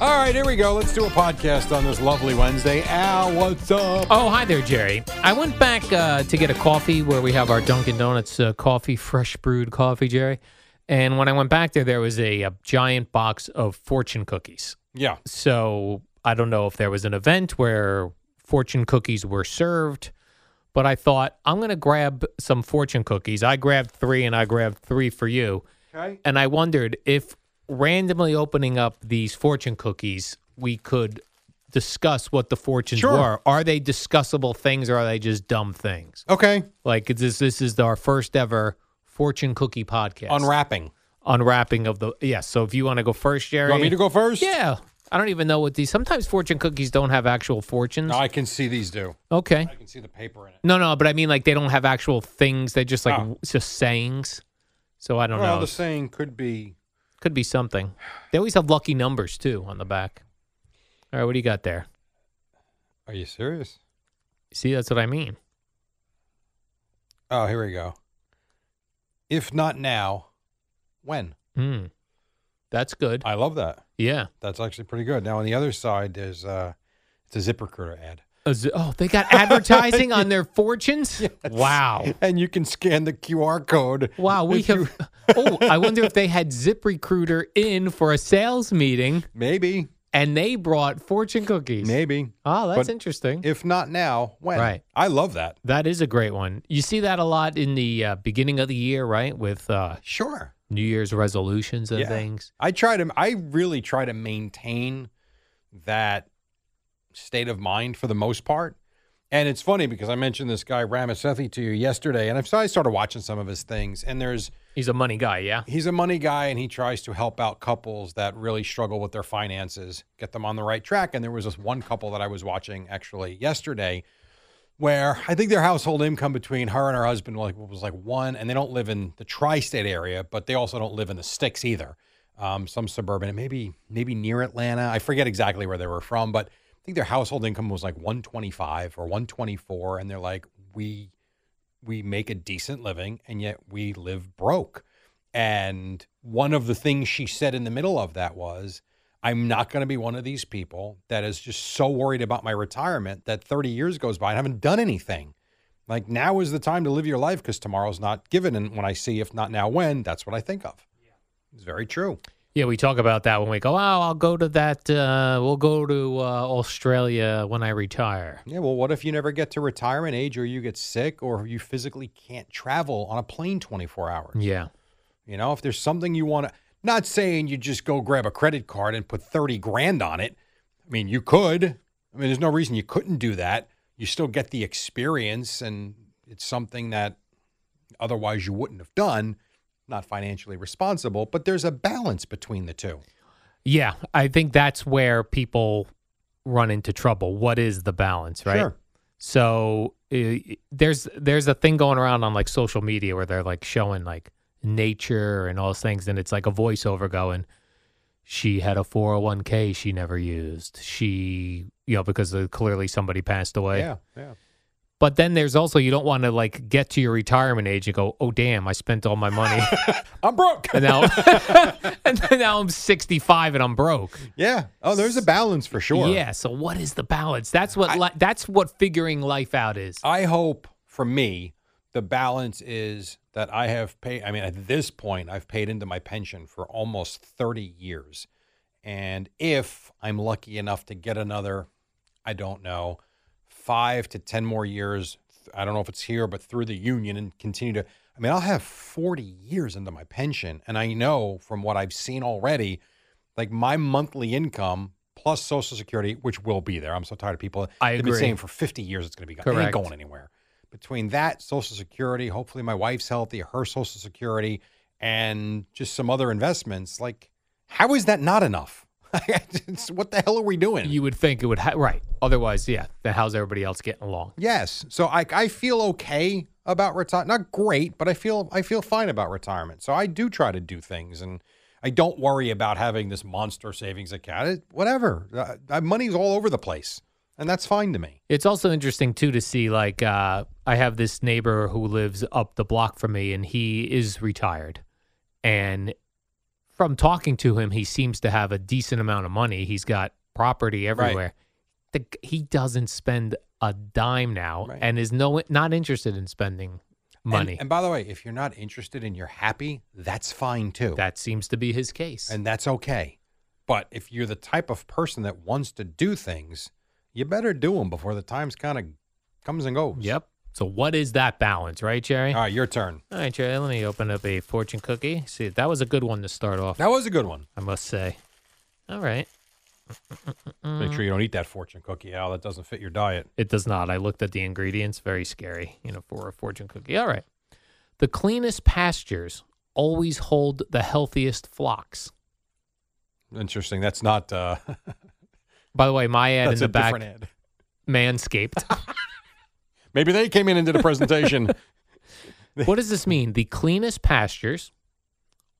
All right, here we go. Let's do a podcast on this lovely Wednesday. Al, what's up? Oh, hi there, Jerry. I went back uh, to get a coffee where we have our Dunkin' Donuts uh, coffee, fresh brewed coffee, Jerry. And when I went back there, there was a, a giant box of fortune cookies. Yeah. So I don't know if there was an event where fortune cookies were served, but I thought I'm going to grab some fortune cookies. I grabbed three and I grabbed three for you. Okay. And I wondered if randomly opening up these fortune cookies, we could discuss what the fortunes Sure. were. Are they discussable things or are they just dumb things? Okay. Like is this this is our first ever fortune cookie podcast. Unwrapping. Unwrapping of the yes. so if you want to go first, Jerry. You want me to go first? Yeah. I don't even know what these. Sometimes fortune cookies don't have actual fortunes. No, I can see these do. okay. I can see the paper in it. No, no, but I mean like they don't have actual things. They're just like Oh. w- just sayings. So I don't well, know. the saying could be Could be something. They always have lucky numbers too on the back. All right, what do you got there? Are you serious? See, that's what I mean. Oh, here we go. If not now, when? Hmm. That's good. I love that. Yeah. That's actually pretty good. Now, on the other side, there's uh, it's a ZipRecruiter ad. Oh, z- Oh, they got advertising on their fortunes? Wow. And you can scan the QR code. Wow, we if you- have. Oh, I wonder if they had ZipRecruiter in for a sales meeting Maybe. and they brought fortune cookies. Maybe. Oh, that's But interesting. If not now, when? Right. I love that. that is a great one. You see that a lot in the uh, beginning of the year, right? With uh, Sure. New Year's resolutions and Yeah. things. I try to. I really try to maintain that state of mind for the most part. And it's funny because I mentioned this guy Ramasethi to you yesterday, and I've, so I started watching some of his things. And there's He's a money guy, yeah? he's a money guy, and he tries to help out couples that really struggle with their finances, get them on the right track. And there was this one couple that I was watching actually yesterday, where I think their household income between her and her husband like was like one, and they don't live in the tri-state area, but they also don't live in the sticks either. Um, some suburban, maybe maybe near Atlanta. I forget exactly where they were from, but I think their household income was like 125 or 124, and they're like we we make a decent living and yet we live broke. And one of the things she said in the middle of that was, I'm not going to be one of these people that is just so worried about my retirement that 30 years goes by and I haven't done anything. Like now is the time to live your life because tomorrow's not given. And when I see if not now, when, that's what I think of. It's very true. Yeah, we talk about that when we go, oh, I'll go to that, uh, we'll go to uh, Australia when I retire. Yeah. Well, what if you never get to retirement age or you get sick or you physically can't travel on a plane 24 hours? Yeah. You know, if there's something you want to, not saying you just go grab a credit card and put 30 grand on it. I mean, you could. I mean, there's no reason you couldn't do that. You still get the experience, and it's something that otherwise you wouldn't have done. Not financially responsible, but there's a balance between the two. Yeah. I think that's where people run into trouble. What is the balance, right? Sure. So uh, there's there's a thing going around on like social media where they're like showing like nature and all those things, and it's like a voiceover going. She had a 401k she never used. She, you know, because uh, clearly somebody passed away. Yeah. Yeah. But then there's also you don't want to like get to your retirement age and go, oh damn, I spent all my money I'm broke. and now and then now I'm 65 and I'm broke. yeah. Oh, there's a balance for sure. Yeah. So what is the balance? That's what li- that's what figuring life out is. I hope for me, the balance is that I have paid. I mean, at this point, I've paid into my pension for almost 30 years. And if I'm lucky enough to get another, I don't know, five to 10 more years, I don't know if it's here, but through the union and continue to, I mean, I'll have 40 years into my pension. And I know from what I've seen already, like my monthly income plus Social Security, which will be there. I'm so tired of people. I they've agree. Been saying for 50 years it's going to be gone. It ain't Correct. going anywhere. Between that, Social Security, hopefully my wife's healthy, her Social Security, and just some other investments, like how is that not enough? It's- what the hell are we doing? You would think it would ha- right. Otherwise, yeah. Then how's everybody else getting along? yes. So I, I feel okay about retirement. Not great, but I feel I feel fine about retirement. So I do try to do things and I don't worry about having this monster savings account. It, whatever. Uh, uh, money's all over the place. And that's fine to me. It's also interesting too to see like uh, I have this neighbor who lives up the block from me, and he is retired. And from talking to him, he seems to have a decent amount of money. He's got property everywhere. The, he doesn't spend a dime now, Right. and is no not interested in spending And- money. And, by the way, if you're not interested and you're happy, that's fine too. that seems to be his case. and that's okay. But if you're the type of person that wants to do things, you better do them before the time's kind of comes and goes. yep. So what is that balance, right, Jerry? All right, your turn. All right, Jerry, let me open up a fortune cookie. See, that was a good one to start off, That was a good one. I must say. All right. Mm-hmm. Make sure you don't eat that fortune cookie, Al. That doesn't fit your diet. It does not. I looked at the ingredients. Very scary, you know, for a fortune cookie. All right. The cleanest pastures always hold the healthiest flocks. Interesting. That's not. Uh, By the way, my ad that's in the a back, different ad. manscaped. Maybe they came in and did a presentation. what does this mean? The cleanest pastures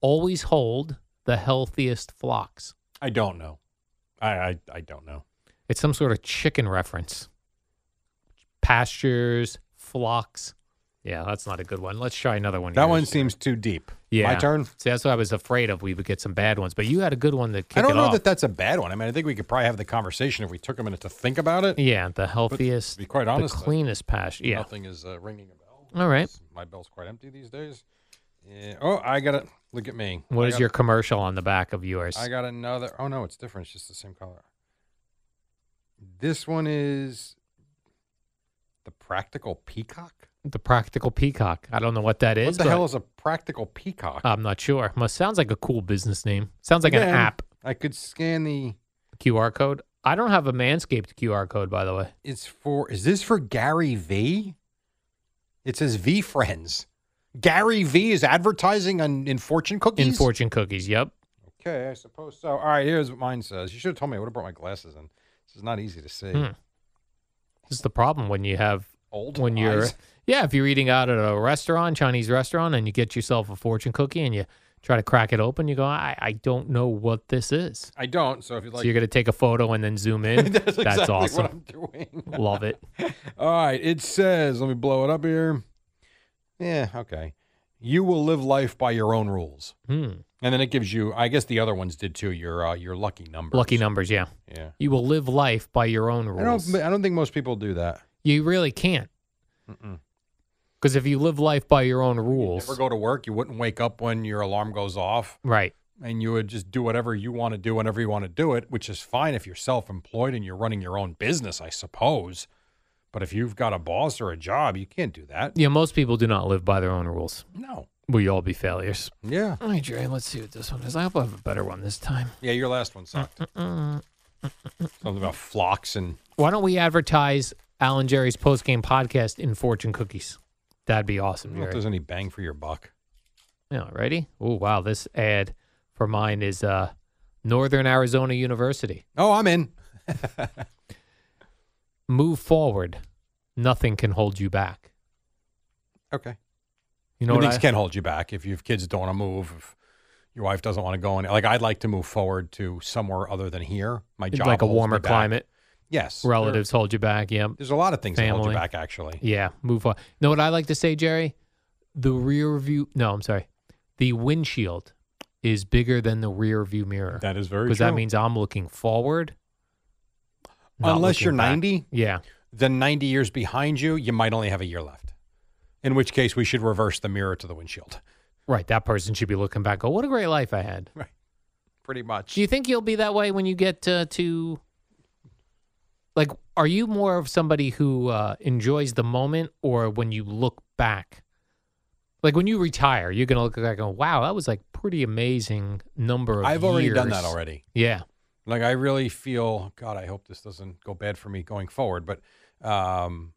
always hold the healthiest flocks. I don't know. I, I I don't know. It's some sort of chicken reference. Pastures, flocks. Yeah, that's not a good one. Let's try another one. That here. one seems too deep. Yeah. My turn. See, that's what I was afraid of. We would get some bad ones, but you had a good one to kick I it don't know off. that that's a bad one. I mean, I think we could probably have the conversation if we took a minute to think about it. Yeah, the healthiest, be quite honest, I- the cleanest pasture. Yeah. Nothing is uh, ringing a bell. All right. My bell's quite empty these days. Yeah. Oh, I got it. Look at me. What Oh, I is got- your commercial on the back of yours? I got another. Oh no, it's different. It's just the same color. This one is the practical peacock. the practical peacock. I don't know what that is. what the but hell is a practical peacock? I'm not sure. Must sounds like a cool business name. Sounds like an Then app I could scan the. QR code. I don't have a Manscaped QR code, by the way. It's for. Is this for Gary V? It says V friends. Gary V is advertising on in fortune cookies. In fortune cookies. Yep. Okay, I suppose so. All right, here's what mine says. You should have told me. I would have brought my glasses in. This is not easy to see. Hmm. This is the problem when you have Old when you're eyes. yeah if you're eating out at a restaurant Chinese restaurant and you get yourself a fortune cookie and you try to crack it open you go I, I don't know what this is I don't. So if you'd like, so you're gonna take a photo and then zoom in that's, exactly awesome what I'm doing. Love it. All right, it says. Let me blow it up here. Yeah. Okay. You will live life by your own rules, Hmm. and then it gives you. I guess the other ones did too. Your uh, your lucky numbers. Lucky numbers, yeah. Yeah. You will live life by your own I don't. rules. I don't think most people do that. You really can't. Mm-mm. Because if you live life by your own rules, Never go to work. You wouldn't wake up when your alarm goes off. right, and you would just do whatever you want to do whenever you want to do it, which is fine if you're self employed and you're running your own business, I suppose. But if you've got a boss or a job, you can't do that. yeah, most people do not live by their own rules. No. We all be failures. Yeah. All right, Jerry, let's see what this one is. I hope I have a better one this time. Yeah, your last one sucked. Something about flocks and Why don't we advertise Alan Jerry's postgame podcast in fortune cookies? That'd be I awesome, don't know if Jerry. there's any bang for your buck. Yeah, ready? Oh, wow. This ad for mine is uh, Northern Arizona University. Oh, I'm in. Move forward. Nothing can hold you back. Okay. You know No what things I- can hold you back if your kids don't want to move, if your wife doesn't want to go in. Like, I'd like to move forward to somewhere other than here. My job like a holds me warmer back. climate. Yes. there- Relatives hold you back. Yep. There's a lot of things that hold Family. you back, actually. Yeah, move on. Know what I like to say, Jerry? The rear view. No, I'm sorry. The windshield is bigger than the rear view mirror That is very because that means I'm looking forward. not Unless you're looking back. 90, Yeah, then 90 years behind you, you might only have a year left. In which case, we should reverse the mirror to the windshield. right. That person should be looking back. Oh, what a great life I had. Pretty much. Do you think you'll be that way when you get uh, to? Like, are you more of somebody who uh, enjoys the moment, or when you look back? Like when you retire, you're gonna look back and go, "Wow, that was like pretty amazing number of." I've already done that years." already. Yeah. Like, I really feel, God, I hope this doesn't go bad for me going forward. But, um,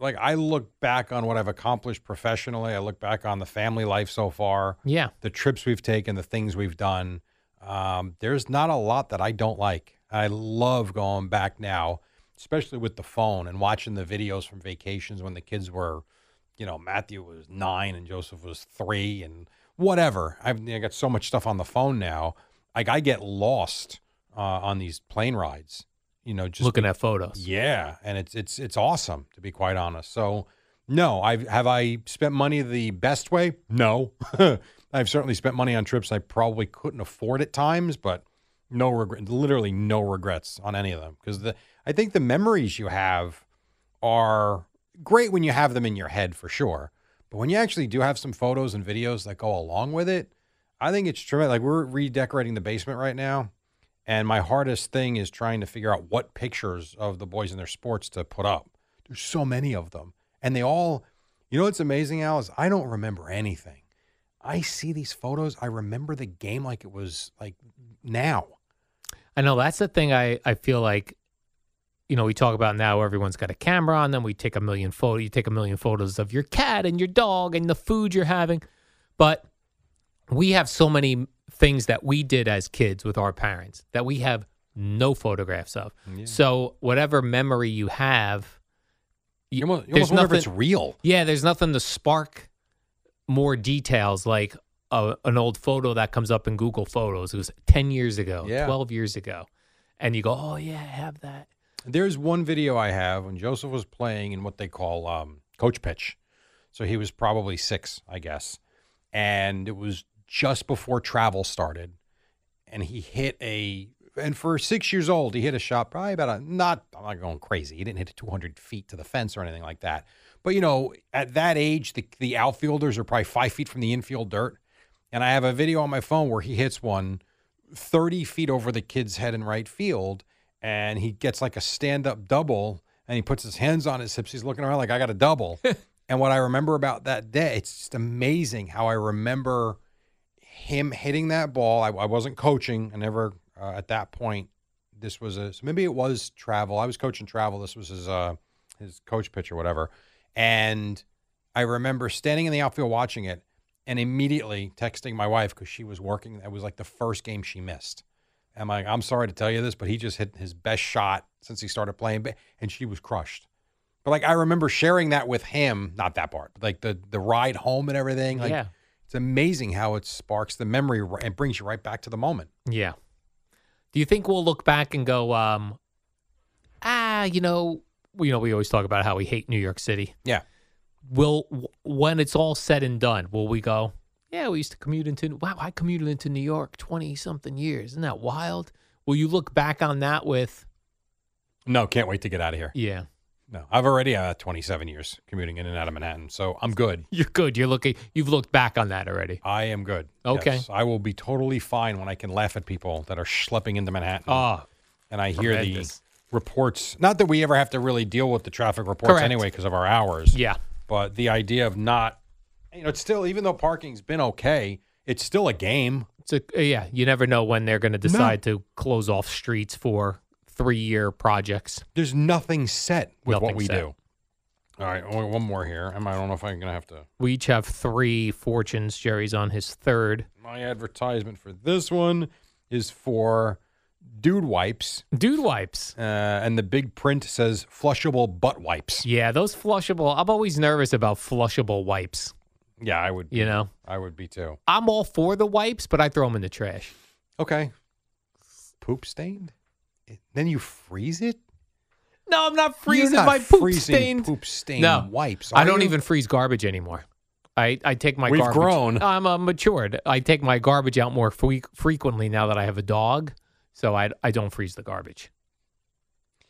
like, I look back on what I've accomplished professionally. I look back on the family life so far, Yeah. the trips we've taken, the things we've done. Um, there's not a lot that I don't like. I love going back now, especially with the phone and watching the videos from vacations when the kids were, you know, Matthew was nine and Joseph was three and whatever. I've I got so much stuff on the phone now. Like I get lost uh, on these plane rides, you know, just looking at photos. yeah, and it's it's it's awesome to be quite honest. So, no, I have I spent money the best way? No. I've certainly spent money on trips I probably couldn't afford at times, but no regret, literally no regrets on any of them because the I think the memories you have are great when you have them in your head for sure. But when you actually do have some photos and videos that go along with it, I think it's tremendous. Like we're redecorating the basement right now, and my hardest thing is trying to figure out what pictures of the boys and their sports to put up. There's so many of them. And they all, you know what's amazing, Al, is I don't remember anything. I see these photos, I remember the game like it was like now. I know that's the thing I, I feel like, you know, we talk about now everyone's got a camera on them. We take a million photo you take a million photos of your cat and your dog and the food you're having. But we have so many things that we did as kids with our parents that we have no photographs of. So whatever memory you have, You almost, you there's almost wonder if nothing- it's real. Yeah, there's nothing to spark more details like a, an old photo that comes up in Google Photos. It was 10 years ago, Yeah. 12 years ago. And you go, oh, yeah, I have that. There's one video I have when Joseph was playing in what they call um, coach pitch. So he was probably six, I guess. And it was just before travel started. And he hit a, and for six years old, he hit a shot probably about a, not, I'm not going crazy. He didn't hit it 200 feet to the fence or anything like that. But, you know, at that age, the, the outfielders are probably five feet from the infield dirt. And I have a video on my phone where he hits one 30 feet over the kid's head in right field and he gets like a stand up double and he puts his hands on his hips. He's looking around like, I got a double. and what I remember about that day, it's just amazing how I remember him hitting that ball. I, I wasn't coaching. I never, uh, at that point, this was a, so maybe it was travel. I was coaching travel. This was his, uh, his coach pitch or whatever. And I remember standing in the outfield watching it and immediately texting my wife because she was working. That was like the first game she missed. I'm like, I'm sorry to tell you this, but he just hit his best shot since he started playing, ba- and she was crushed. But like, I remember sharing that with him, not that part, but like the the ride home and everything. Like, Yeah. it's amazing how it sparks the memory ri- and brings you right back to the moment. Yeah. Do you think we'll look back and go, um, ah, you know, you know, we always talk about how we hate New York City. Yeah. Will w- when it's all said and done, will we go? Yeah, we used to commute into wow, I commuted into New York twenty something years. Isn't that wild? Will you look back on that with No, can't wait to get out of here. yeah? No, I've already uh, 27 years commuting in and out of Manhattan, so I'm good. You're good. You're looking. You've looked back on that already. I am good. Okay. Yes, I will be totally fine when I can laugh at people that are schlepping into Manhattan. Ah, and I hear the Tremendous. reports. Not that we ever have to really deal with the traffic reports Correct. anyway because of our hours. yeah, But the idea of not, you know, it's still, even though parking's been okay, it's still a game. it's a, uh, yeah. You never know when they're going to decide to close off streets for three-year projects. There's nothing set with what Nothing we set. do. All right. only One more here. I might- I don't know if I'm going to have to. We each have three fortunes. Jerry's on his third. My advertisement for this one is for dude wipes. Dude wipes. Uh, and the big print says flushable butt wipes. Yeah, those flushable. I'm always nervous about flushable wipes. Yeah, I would. You know, I would be too. I'm all for the wipes, but I throw them in the trash. Okay. Poop stained? Then you freeze it? No, I'm not You're freezing not my poop freezing stained. poop stained no wipes. I are don't you? even freeze garbage anymore. I, I take my We've garbage. grown. I'm uh, matured. I take my garbage out more fre- frequently now that I have a dog, so I I don't freeze the garbage.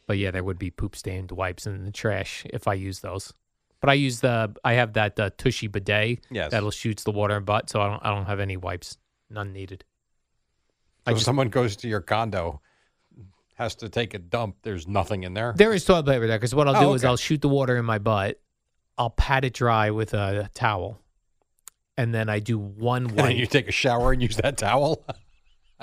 But yeah, there would be poop stained wipes in the trash if I use those. But I use the I have that uh, Tushy bidet Yes. that'll shoots the water and butt, so I don't I don't have any wipes, none needed. So if someone goes to your condo, has to take a dump. There's nothing in there. There is toilet paper there because what I'll Oh, do is okay. I'll shoot the water in my butt, I'll pat it dry with a towel, and then I do one and then you wipe. take a shower and use that towel.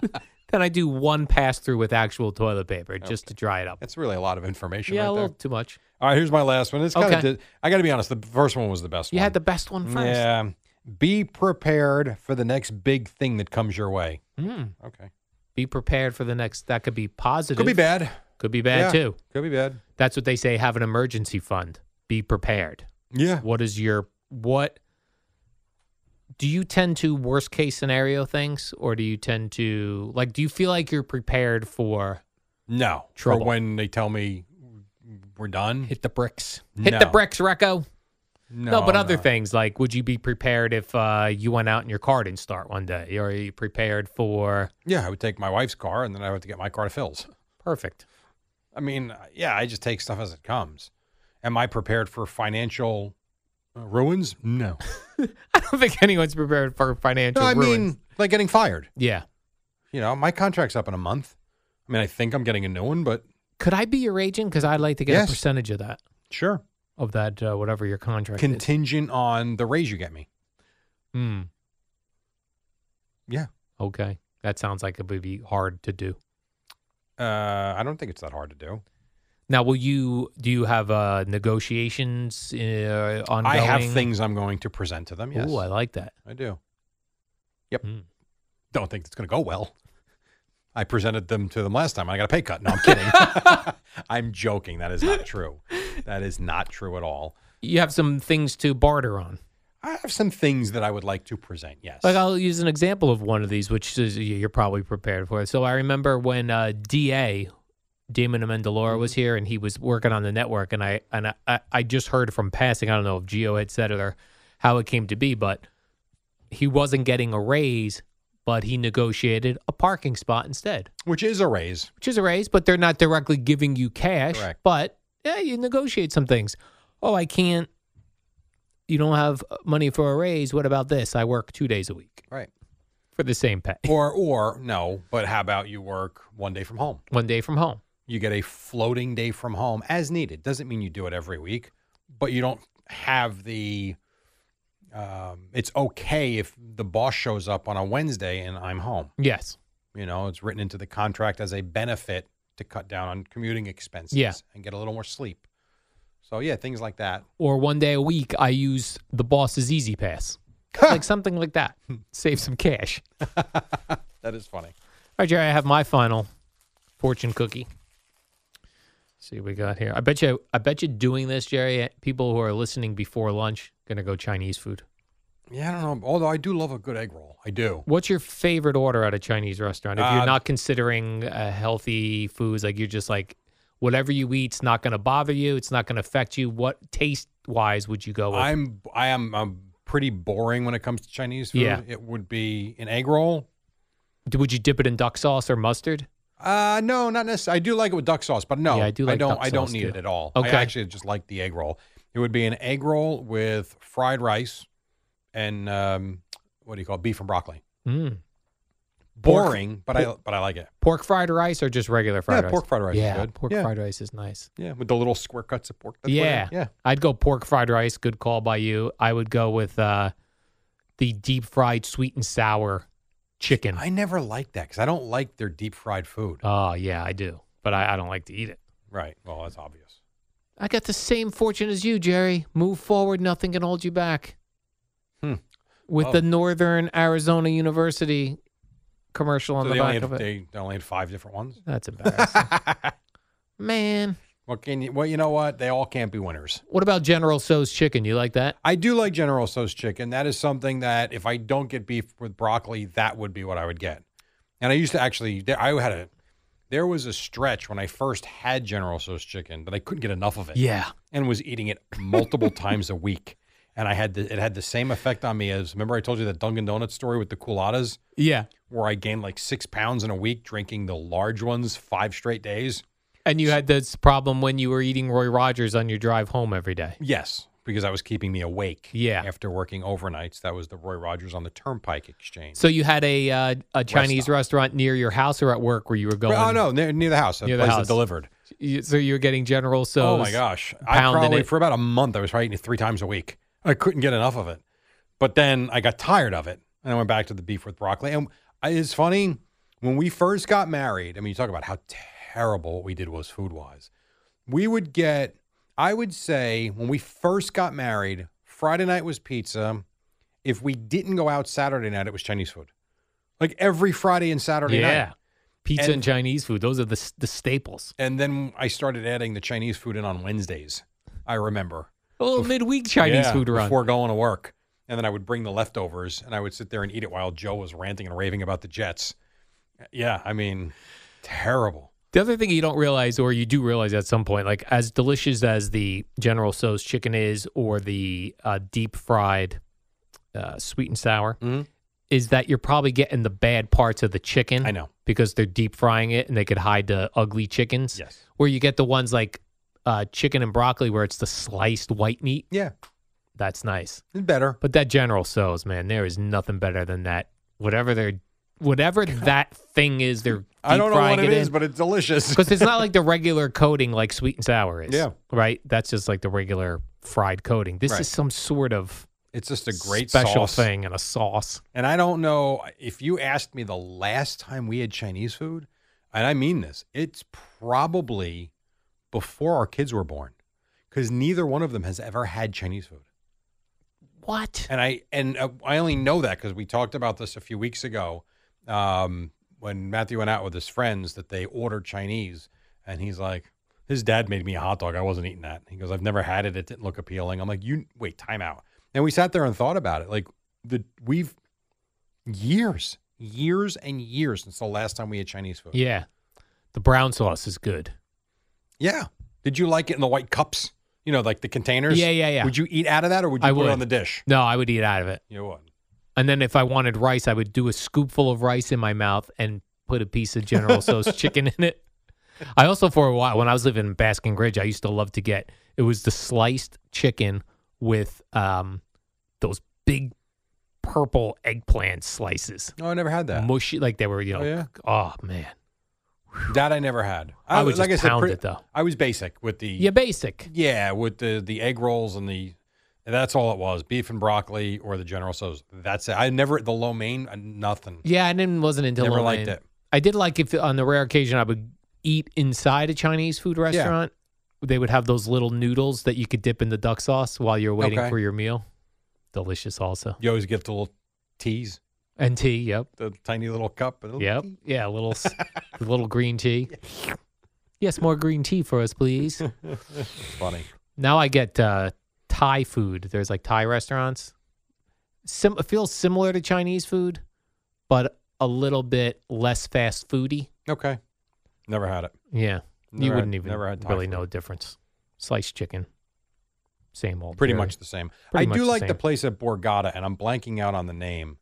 then I do one pass through with actual toilet paper just to dry it up. That's really a lot of information. yeah, right a there. little too much. All right, here's my last one. It's kind Okay. of. I got to be honest. The first one was the best You one. had the best one first. Yeah. Be prepared for the next big thing that comes your way. Mm. Okay. Be prepared for the next. That could be positive. Could be bad. Could be bad Yeah, too. Could be bad. That's what they say. Have an emergency fund. Be prepared. Yeah. What is your what? Do you tend to worst case scenario things, or do you tend to like? Do you feel like you're prepared for? No. Or Trouble. when they tell me we're done. Hit the bricks. Hit the No. bricks, Recco. No, No, but other no. things like would you be prepared if uh, you went out in your car didn't start one day? Or are you prepared for Yeah, I would take my wife's car and then I would have to get my car to Phil's. perfect? I mean, yeah, I just take stuff as it comes. Am I prepared for financial uh, ruins? No. I don't think anyone's prepared for financial No, I ruin. mean, like getting fired. yeah. You know, my contract's up in a month. I mean, I think I'm getting a new one, but Could I be your agent? Because I'd like to get Yes. a percentage of that, sure. of that, uh, whatever your contract is. Contingent on the raise you get me. Hmm. Yeah. okay. That sounds like it would be hard to do. Uh, I don't think it's that hard to do. Now, will you, do you have uh, negotiations uh, ongoing? I have things I'm going to present to them. Yes, Ooh, I I, like that. do. Yep. Hmm. Don't think it's going to go well. I presented them to them last time. and I got a pay cut. No, I'm kidding. I'm joking. That is not true. That is not true at all. You have some things to barter on. I have some things that I would like uh, to present. Yes. Like I'll use an example of one of these, which is you're probably prepared for. So I remember when uh, Da Damon Amendola Mm-hmm. was here, and he was working on the network, and I and I- I, I just heard from passing. I don't know if Geo had said it or how it came to be, but he wasn't getting a raise, but he negotiated a parking spot instead, Which is a raise. which is a raise, but they're not directly giving you cash. Correct. But yeah, you negotiate some things. Oh, I can't. You don't have money for a raise. What about this? I work two days a week Right. for the same pay. Or or no, but how about you work one day from home? One day from home. You get a floating day from home as needed. Doesn't mean you do it every week, but you don't have the. Um, it's okay if the boss shows up on a Wednesday and I'm home. Yes. You know, it's written into the contract as a benefit to cut down on commuting expenses Yeah. and get a little more sleep. So yeah, things like that. Or one day a week, I use the boss's Easy Pass, like something like that. Save some cash. That is funny. All right, Jerry, I have my final fortune cookie. see what we got here. I bet you, I bet you, doing this, Jerry, people who are listening before lunch gonna go Chinese food. Yeah, I don't know. Although I do love a good egg roll. I do. What's your favorite order at a Chinese restaurant? If Uh, you're not considering uh, healthy foods, like you're just like whatever you eat's not gonna bother you, it's not gonna affect you. What taste wise would you go with? I'm I am I'm pretty boring when it comes to Chinese food. Yeah. It would be an egg roll. D- Would you dip it in duck sauce or mustard? Uh no, not necessarily. I do like it with duck sauce, but no, Yeah, I do I like don't duck I don't sauce, need too. it at all. I Okay. actually just like the egg roll. It would be an egg roll with fried rice and um, what do you call it? beef and broccoli. Mm. Pork- Boring, but I but I like it. Pork fried rice or just regular fried yeah, rice? pork fried rice yeah, is good. pork yeah, fried rice is nice. yeah, with the little square cuts of pork. That's what it yeah. is. yeah. I'd go pork fried rice. Good call by you. I would go with uh, the deep fried sweet and sour chicken. I never liked that because I don't like their deep fried food. oh, yeah, I do. But I, I don't like to eat it. right. Well, that's obvious. I got the same fortune as you, Jerry. Move forward. Nothing can hold you back. Hmm. With Oh. the Northern Arizona University commercial on So the they, only back had, of it. they they only had five different ones. That's embarrassing. Man. Well, can you? Well, you know what? They all can't be winners. What about General So's chicken? You like that? I do like General Tso's chicken. That is something that if I don't get beef with broccoli, that would be what I would get. And I used to actually, there- I had a There was a stretch when I first had General Tso's chicken that I couldn't get enough of it Yeah. and was eating it multiple times a week. And I had the, it had the same effect on me as remember I told you that Dunkin' Donuts story with the culottes Yeah. where I gained like six pounds in a week drinking the large ones five straight days. And you had this problem when you were eating Roy Rogers on your drive home every day. Yes, because that was keeping me awake. Yeah. after working overnights, that was the Roy Rogers on the Turnpike Exchange. So you had a uh, a Chinese restaurant near your house or at work where you were going. oh no, near, near the house, a Near the place house. that delivered. You- So you were getting General So. oh my gosh! I pounding probably it. for about a month I was probably eating it three times a week. I couldn't get enough of it, but then I got tired of it, and I went back to the beef with broccoli. And I- it's funny when we first got married. I mean, you talk about how terrible what we did was food wise. We would get, I would say, when we first got married, Friday night was pizza. If we didn't go out Saturday night, it was Chinese food. Like every Friday and Saturday night. Yeah. Pizza and, And- Chinese food. Those are the, s- the staples. And then I started adding the Chinese food in on Wednesdays. I remember. A little midweek Chinese Yeah, food run. before going to work. And then I would bring the leftovers and I would sit there and eat it while Joe was ranting and raving about the Jets. Yeah, I mean, terrible. The other thing you don't realize, or you do realize at some point, like as delicious as the General So's chicken is, or the uh, deep fried uh, sweet and sour, Mhm. is that you're probably getting the bad parts of the chicken. I know. because they're deep frying it and they could hide the ugly chickens. Yes. Where you get the ones like uh, chicken and broccoli, where it's the sliced white meat. Yeah, That's nice. it's better. But that General So's, man, there is nothing better than that. Whatever they're, whatever that thing is, they're deep I don't know frying what it it in. is, but it's delicious. Because it's not like the regular coating like sweet and sour is. Yeah. Right? That's just like the regular fried coating. This Right. is some sort of It's just a great special sauce. thing and a sauce. And I don't know if you asked me the last time we had Chinese food, and I mean this, it's probably before our kids were born because neither one of them has ever had Chinese food. What? And I and uh, I only know that because we talked about this a few weeks ago um, when Matthew went out with his friends that they ordered Chinese, and he's like, "His dad made me a hot dog. I wasn't eating that." He goes, "I've never had it. It didn't look appealing." I'm like, "You wait, time out." And we sat there and thought about it. Like the we've years, years and years since the last time we had Chinese food. Yeah. The brown sauce is good. Yeah. Did you like it in the white cups? You know, like the containers. Yeah, yeah, yeah. Would you eat out of that, or would you I put would. it on the dish? No, I would eat out of it. You would. And then if I wanted rice, I would do a scoopful of rice in my mouth and put a piece of General So's chicken in it. I also, for a while, when I was living in Basking Ridge, I used to love to get it was the sliced chicken with um, those big purple eggplant slices, No, I never had that. mushy, like they were, you know. Oh, yeah? oh, man, That I never had. I would like just I said, pound pre- it, though. I was basic with the yeah, basic. yeah, with the the egg rolls and the that's all it was beef and broccoli or the General So's. That's it. I never the lo mein uh, nothing. Yeah, I didn't wasn't until Never Lil liked Wayne. it. I did like if on the rare occasion I would eat inside a Chinese food restaurant. They would have those little noodles that you could dip in the duck sauce while you're waiting Okay. for your meal. Delicious, also. You always get the little teas, And tea, yep, the tiny little cup. a little yep, tea. yeah, a little, s- a little green tea. Yes, more green tea for us, please. Funny. now I get uh, Thai food. There's like Thai restaurants. Sim- it feels similar to Chinese food, but a little bit less fast foody. Okay. Never had it. Yeah. you Never had- wouldn't even never had Thai really food. know the difference. Sliced chicken, same old. Pretty Jerry. much the same. Pretty I much do the like same. the place at Borgata, and I'm blanking out on the name.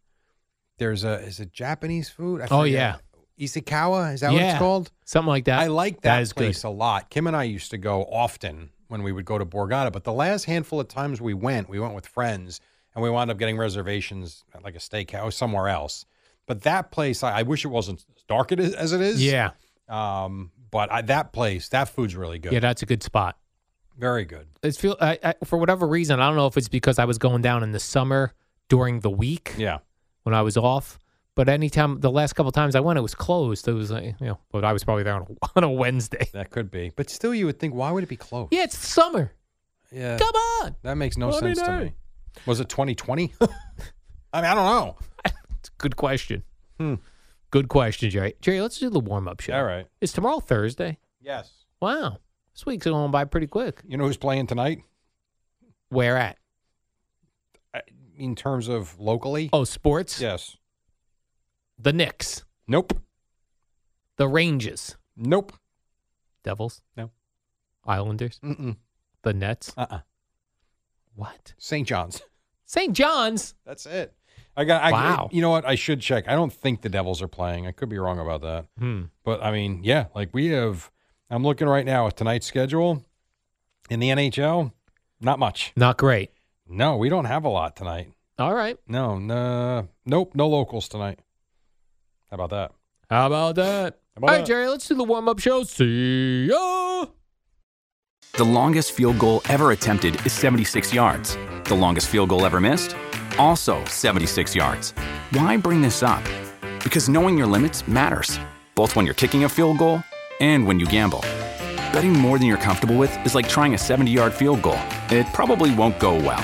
There's a is it Japanese food? I Oh, forget. yeah. Isikawa is that what Yeah. it's called? Something like that. I like that, That is good. place a lot. Kim and I used to go often when we would go to Borgata, but the last handful of times we went, we went with friends and we wound up getting reservations at like a steakhouse somewhere else. But that place, I, I wish it wasn't as dark it is, as it is. Yeah, Um, but I, that place, that food's really good. yeah, that's a good spot. Very good. It's feel I, I, for whatever reason. I don't know if it's because I was going down in the summer during the week Yeah. when I was off. But anytime the last couple times I went, it was closed. It was like you know, but I was probably there on a, on a Wednesday. That could be. But still, you would think, why would it be closed? Yeah, it's summer. Yeah. Come on, That makes no Let me sense to know. me. Was it 2020? I mean, I don't know. it's a good question. Hmm. Good question, Jerry. Jerry, let's do the warm up show. All right. It's tomorrow Thursday. Yes. Wow, this week's going by pretty quick. You know who's playing tonight? Where at? I- In terms of locally? Oh, sports. Yes. The Knicks. Nope. The Rangers. Nope. Devils? No. Islanders? Mm-mm. The Nets? Uh-uh. What? St. John's. St. John's? That's it. I got. I, Wow. You know what? I should check. I don't think the Devils are playing. I could be wrong about that. Hmm. But I mean, yeah, like we have. I'm looking right now at tonight's schedule in the NHL. Not much. Not great. No, we don't have a lot tonight. All right. No, no, nope, no locals tonight. How about that? How about that? about All right, that? Jerry, let's do the warm up show. See ya. The longest field goal ever attempted is 76 yards. The longest field goal ever missed? Also 76 yards. Why bring this up? Because knowing your limits matters, both when you're kicking a field goal and when you gamble. Betting more than you're comfortable with is like trying a 70 yard field goal. It probably won't go well.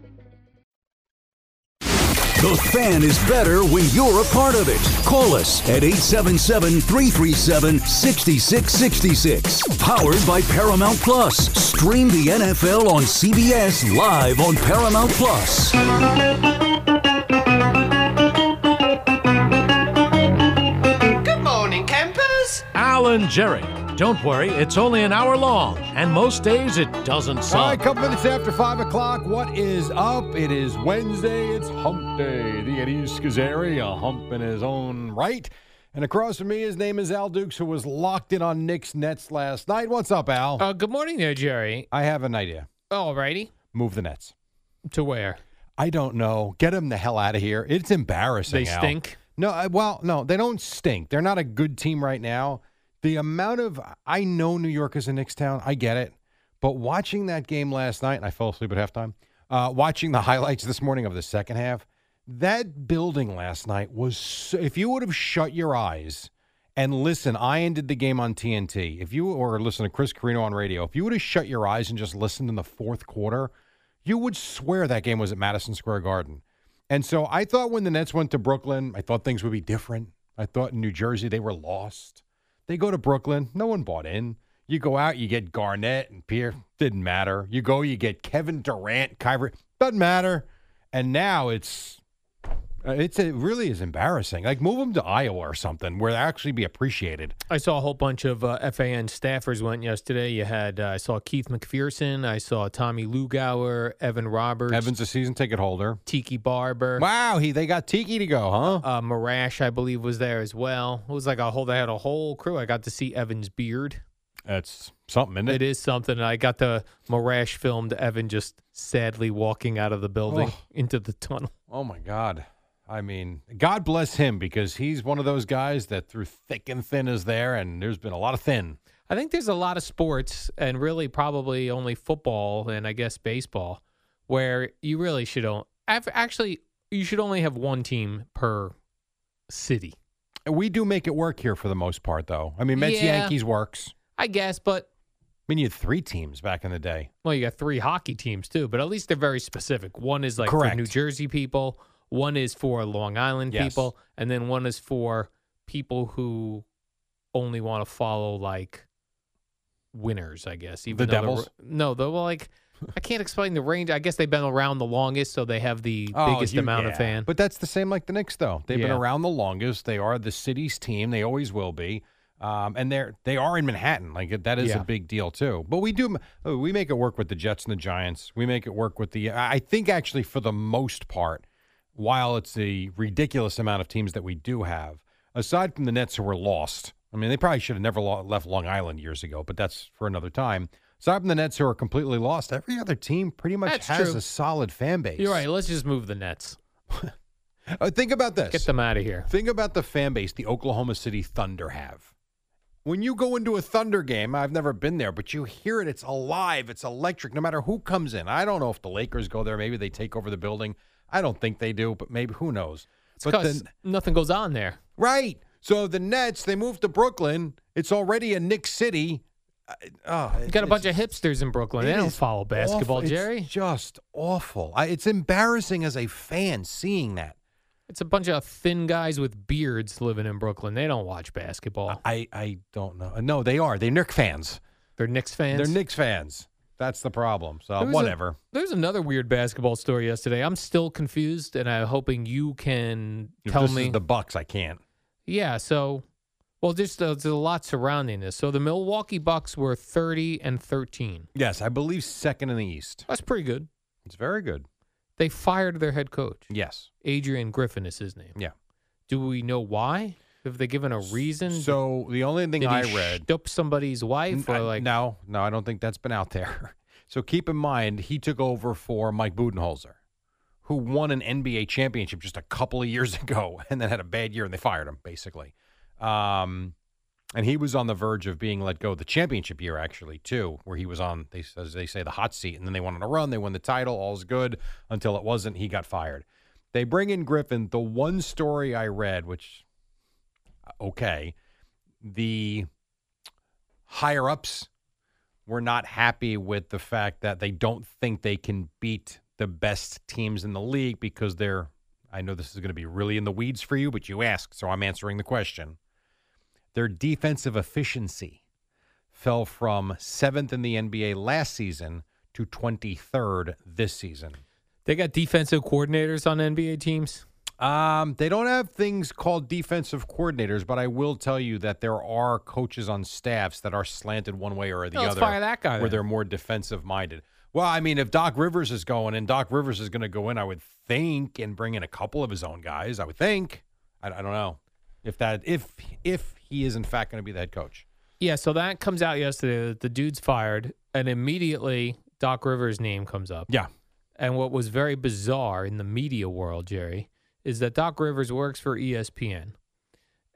The fan is better when you're a part of it. Call us at 877 337 6666. Powered by Paramount Plus. Stream the NFL on CBS live on Paramount Plus. Good morning, campers. Alan Jerry. Don't worry, it's only an hour long, and most days it doesn't All suck. right, a couple minutes after five o'clock. What is up? It is Wednesday. It's Hump Day. The Eddie Schizzeri, a hump in his own right. And across from me, his name is Al Dukes, who was locked in on Knicks Nets last night. What's up, Al? Uh, good morning there, Jerry. I have an idea. All righty. Move the Nets. To where? I don't know. Get them the hell out of here. It's embarrassing. They Al. stink. No, I- well, no, they don't stink. They're not a good team right now. The amount of I know New York is a Knicks town. I get it, but watching that game last night, and I fell asleep at halftime. Uh, watching the highlights this morning of the second half, that building last night was. So, if you would have shut your eyes and listen, I ended the game on TNT. If you or listen to Chris Carino on radio, if you would have shut your eyes and just listened in the fourth quarter, you would swear that game was at Madison Square Garden. And so I thought when the Nets went to Brooklyn, I thought things would be different. I thought in New Jersey they were lost. They go to Brooklyn, no one bought in. You go out, you get Garnett and Pierre, didn't matter. You go, you get Kevin Durant, Kyrie, doesn't matter. And now it's uh, it's it really is embarrassing. Like move them to Iowa or something where they actually be appreciated. I saw a whole bunch of uh, FAN staffers went yesterday. You had uh, I saw Keith McPherson, I saw Tommy Lugauer, Evan Roberts, Evan's a season ticket holder. Tiki Barber. Wow, he they got Tiki to go, huh? Uh, Marash, I believe, was there as well. It was like a whole. They had a whole crew. I got to see Evan's beard. That's something, isn't It is something. I got the Marash filmed Evan just sadly walking out of the building into the tunnel. Oh my God. I mean, God bless him because he's one of those guys that through thick and thin is there, and there's been a lot of thin. I think there's a lot of sports, and really probably only football and I guess baseball, where you really should only actually you should only have one team per city. And we do make it work here for the most part, though. I mean, Mets Yeah. Yankees works. I guess, but I mean, you had three teams back in the day. well, you got three hockey teams too, but at least they're very specific. One is like Correct. for New Jersey people, one is for Long Island Yes. people, and then one is for people who only want to follow like winners, I guess. Even The though Devils? no, they're like I can't explain the range. I guess they've been around the longest, so they have the Oh, biggest amount of fan. But that's the same like the Knicks, though. They've been Yeah. around the longest. They are the city's team. They always will be. Um, and they're they are in Manhattan. Like that is Yeah. a big deal too. But we do uh, we make it work with the Jets and the Giants. We make it work with the. I I think actually for the most part, while it's a ridiculous amount of teams that we do have, aside from the Nets who were lost. I mean, they probably should have never lo- left Long Island years ago, but that's for another time. Aside from the Nets who are completely lost, every other team pretty much That's has true. a solid fan base. You're right. Let's just move the Nets. Uh, think about this. Get them out of here. Think about the fan base the Oklahoma City Thunder have. When you go into a Thunder game, I've never been there, but you hear it. It's alive. It's electric, no matter who comes in. I don't know if the Lakers go there. Maybe they take over the building. I don't think they do, but maybe who knows? but Because nothing goes on there. right. So the Nets, they moved to Brooklyn. It's already a Nick City. Uh, Oh, You got a it's- bunch of hipsters in Brooklyn. They it don't is follow basketball, awful. Jerry. It's just awful. I, it's embarrassing as a fan seeing that. It's a bunch of thin guys with beards living in Brooklyn. They don't watch basketball. I, I don't know. No, they are. They're Knicks fans. They're Knicks fans. They're Knicks fans. That's the problem. So There was a- whatever. there's another weird basketball story yesterday. I'm still confused, and I'm hoping you can If tell this is me. the Bucks. I can't. yeah. So, well, there's, there's a lot surrounding this. So the Milwaukee Bucks were 30 and 13. Yes, I believe second in the East. That's pretty good. It's very good. They fired their head coach. Yes. Adrian Griffin is his name. Yeah. Do we know why? Have they given a reason? So the only thing Did I he read. Up somebody's wife, or N- uh, I- like no, no, I don't think that's been out there. So keep in mind, he took over for Mike Budenholzer, who won an NBA championship just a couple of years ago, and then had a bad year, and they fired him basically. Um, and he was on the verge of being let go the championship year actually too, where he was on they as they say the hot seat, and then they went on a run, they won the title, all's good until it wasn't. He got fired. They bring in Griffin. The one story I read, which uh, okay, the higher ups were not happy with the fact that they don't think they can beat the best teams in the league because they're I know this is going to be really in the weeds for you, but you asked, so I'm answering the question. Their defensive efficiency fell from 7th in the NBA last season to 23rd this season. they got defensive coordinators on NBA teams. Um, they don't have things called defensive coordinators, but I will tell you that there are coaches on staffs that are slanted one way or the Let's other. fire that guy where then. they're more defensive minded. Well, I mean, if Doc Rivers is going and Doc Rivers is going to go in, I would think and bring in a couple of his own guys. I would think. I, I don't know if that if if he is in fact going to be the head coach. Yeah, so that comes out yesterday that the dude's fired, and immediately Doc Rivers' name comes up. Yeah, And what was very bizarre in the media world, Jerry, is that Doc Rivers works for E ESPN.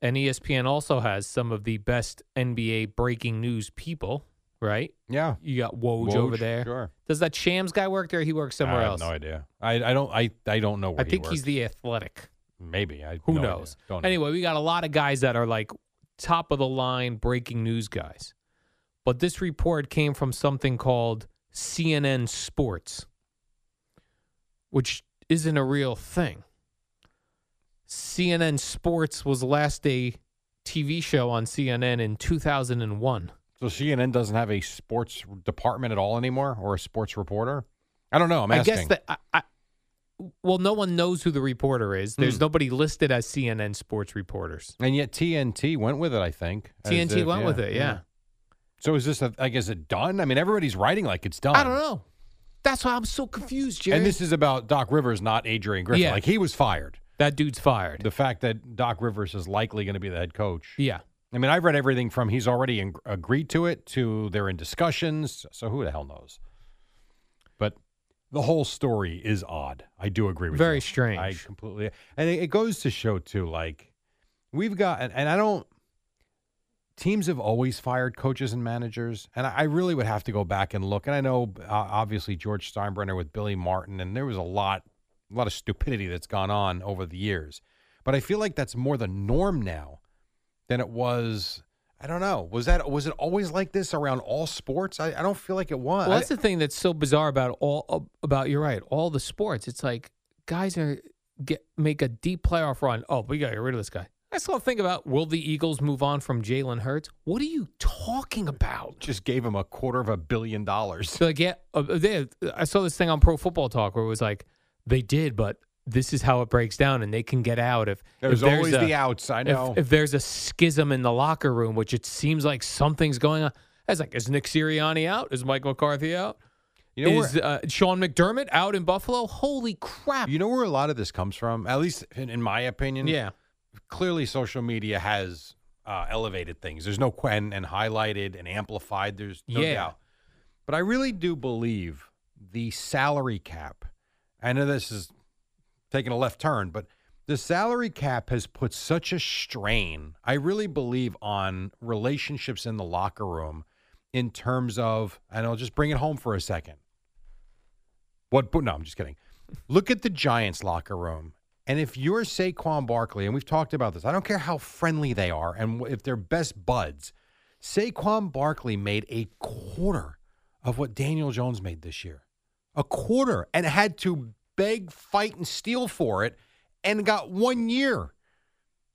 And E ESPN also has some of the best NBA breaking news people, right? yeah. You got Woj, Woj, over there. sure. Does that Shams guy work there? He works somewhere I have else. no idea. I, I don't I I don't know where I he think works. he's the athletic. maybe. I Who no idea. knows? Don't know. Anyway, we got a lot of guys that are like top of the line breaking news guys. But this report came from something called CNN Sports, which isn't a real thing. CNN Sports was last a TV show on CNN in 2001. So CNN doesn't have a sports department at all anymore, or a sports reporter. I don't know. I'm I asking. guess that I, I well, no one knows who the reporter Hmm. is. There's nobody listed as CNN Sports reporters. and yet TNT went with it. I think as TNT if- Hmm. went with it, yeah. So is this? A, like, is it done? I mean, everybody's writing like it's done. I don't know. That's why I'm so confused, Jerry. And this is about Doc Rivers, not Adrian Griffin. Yeah. Like he was fired. that dude's fired. The fact that Doc Rivers is likely going to be the head coach. yeah. I mean, I've read everything from he's already in, agreed to it to they're in discussions. So who the hell knows? But the whole story is odd. I do agree with Very you. strange. I completely. And it it goes to show too, like we've got, and, and I don't. Teams have always fired coaches and managers, and I, I really would have to go back and look. And I know, uh, obviously, George Steinbrenner with Billy Martin, and there was a lot, a lot of stupidity that's gone on over the years. But I feel like that's more the norm now than it was. I don't know. Was that was it always like this around all sports? I, I don't feel like it was. Well, that's the thing that's so bizarre about all uh, about you're right. All the sports, it's like guys are get make a deep playoff run. Oh, we got to get rid of this guy. I still think about will the Eagles move on from Jalen Hurts? What are you talking about? just gave him a quarter of a billion dollars. uh, So like, yeah, uh, they, I saw this thing on Pro Football Talk where it was like they did, but this is how it breaks down, and they can get out if There's if always a- the outs, I if- know. If, there's a schism in the locker room, which it seems like something's going on. I was like, is Nick Sirianni out? Is Mike McCarthy out? You know where- is uh, Sean McDermott out in Buffalo? Holy crap! You know where a lot of this comes from, at least in, in my opinion. yeah, clearly social media has uh, elevated things. There's no quen and highlighted and amplified. There's no Yeah. doubt. But I really do believe the salary cap. I know this is taking a left turn, but the salary cap has put such a strain. I really believe on relationships in the locker room, in terms of, and I'll just bring it home for a second. What? No, I'm just kidding. Look at the Giants locker room. And if you're Saquon Barkley, and we've talked about this, I don't care how friendly they are and if they're best buds, Saquon Barkley made a quarter of what Daniel Jones made this year. A quarter and had to beg, fight, and steal for it and got one year.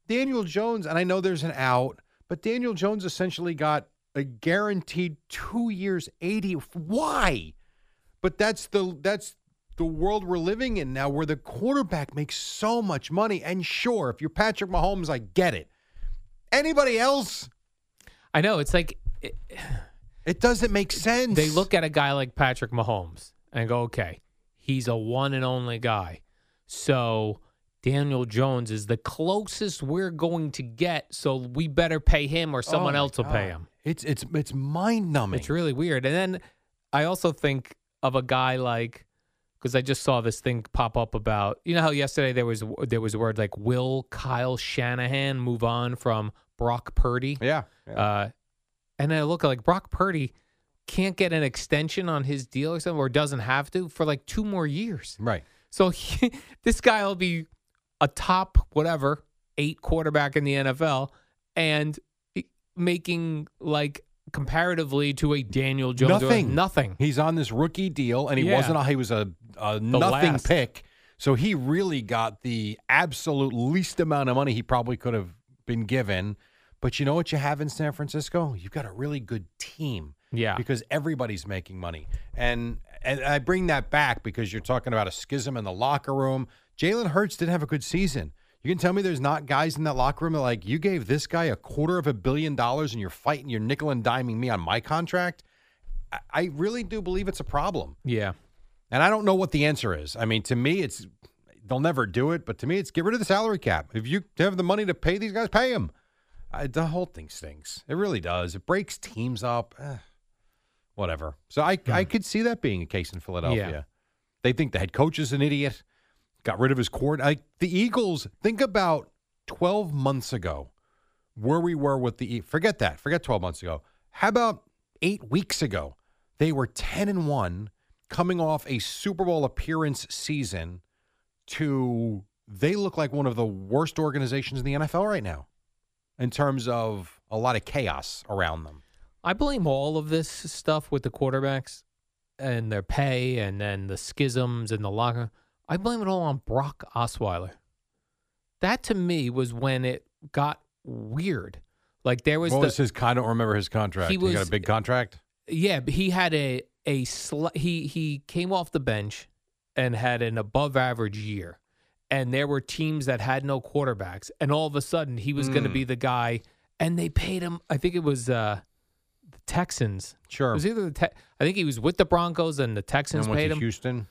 Daniel Jones, and I know there's an out, but Daniel Jones essentially got a guaranteed two years, 80. Why? But that's the that's the world we're living in now where the quarterback makes so much money. And sure, if you're Patrick Mahomes, I get it. Anybody else, I know. It's like it doesn't make sense. they look at a guy like Patrick Mahomes and go, okay, he's a one and only guy. So Daniel Jones is the closest we're going to get. So we better pay him or someone Oh, else will pay God. him. It's it's it's mind numbing. It's really weird. And then I also think of a guy like because I just saw this thing pop up about you know how yesterday there was there was a word like will Kyle Shanahan move on from Brock Purdy? Yeah. yeah. Uh, and I look like Brock Purdy can't get an extension on his deal or something, or doesn't have to for like two more years. right. So he, this guy will be a top whatever eight quarterback in the NFL and be- making like comparatively to a Daniel Jones or nothing. nothing. He's on this rookie deal, and he Yeah. wasn't. a- He was a, a nothing last. pick. So he really got the absolute least amount of money he probably could have been given. But you know what you have in San Francisco? You've got a really good team. Yeah. Because everybody's making money. And and I bring that back because you're talking about a schism in the locker room. Jalen Hurts didn't have a good season. You can tell me there's not guys in that locker room that like you gave this guy a quarter of a billion dollars and you're fighting, you're nickel and diming me on my contract. I, I really do believe it's a problem. Yeah. And I don't know what the answer is. I mean, to me, it's they'll never do it. But to me, it's get rid of the salary cap. If you have the money to pay these guys, pay them. I, the whole thing stinks. It really does. It breaks teams up. Eh, whatever. So I I could see that being a case in Philadelphia. They think the head coach is an idiot. Got rid of his court. Like the Eagles. Think about twelve months ago, where we were with the E- forget that. Forget twelve months ago. How about eight weeks ago? They were ten and one, coming off a Super Bowl appearance season. To they look like one of the worst organizations in the NFL right now, in terms of a lot of chaos around them. I blame all of this stuff with the quarterbacks and their pay and then the schisms and the locker. I blame it all on Brock Osweiler. That to me was when it got weird. Like there was what the was his? con- I don't remember his contract. He He, got was- a big contract. Yeah, but he had a a sli- he he came off the bench and had an above average year. And there were teams that had no quarterbacks and all of a sudden he was Hmm. going to be the guy and they paid him I think it was uh the Texans. It Sure. was either the Te- I think he was with the Broncos and the and Texans went paid to him Houston.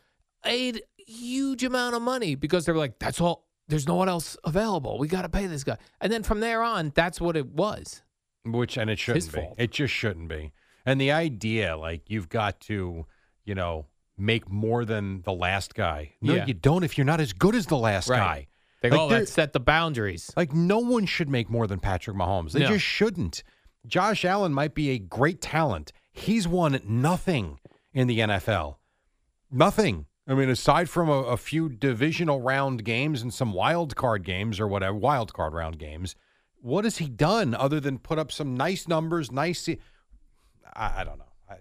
a huge amount of money because they were like that's all there's no one else available. We got to pay this guy. And then from there on that's what it was. Which and it shouldn't his be. fault. It just shouldn't be. And the idea, like you've got to, you know, make more than the last guy. No, Yeah. you don't. If you're not as good as the last guy, They go, Like, oh, there- that set the boundaries. like no one should make more than Patrick Mahomes. They No. just shouldn't. Josh Allen might be a great talent. He's won nothing in the NFL. Nothing. I mean, aside from a, a few divisional round games and some wild card games or whatever, wild card round games, what has he done other than put up some nice numbers, nice? se- I, I don't know. I,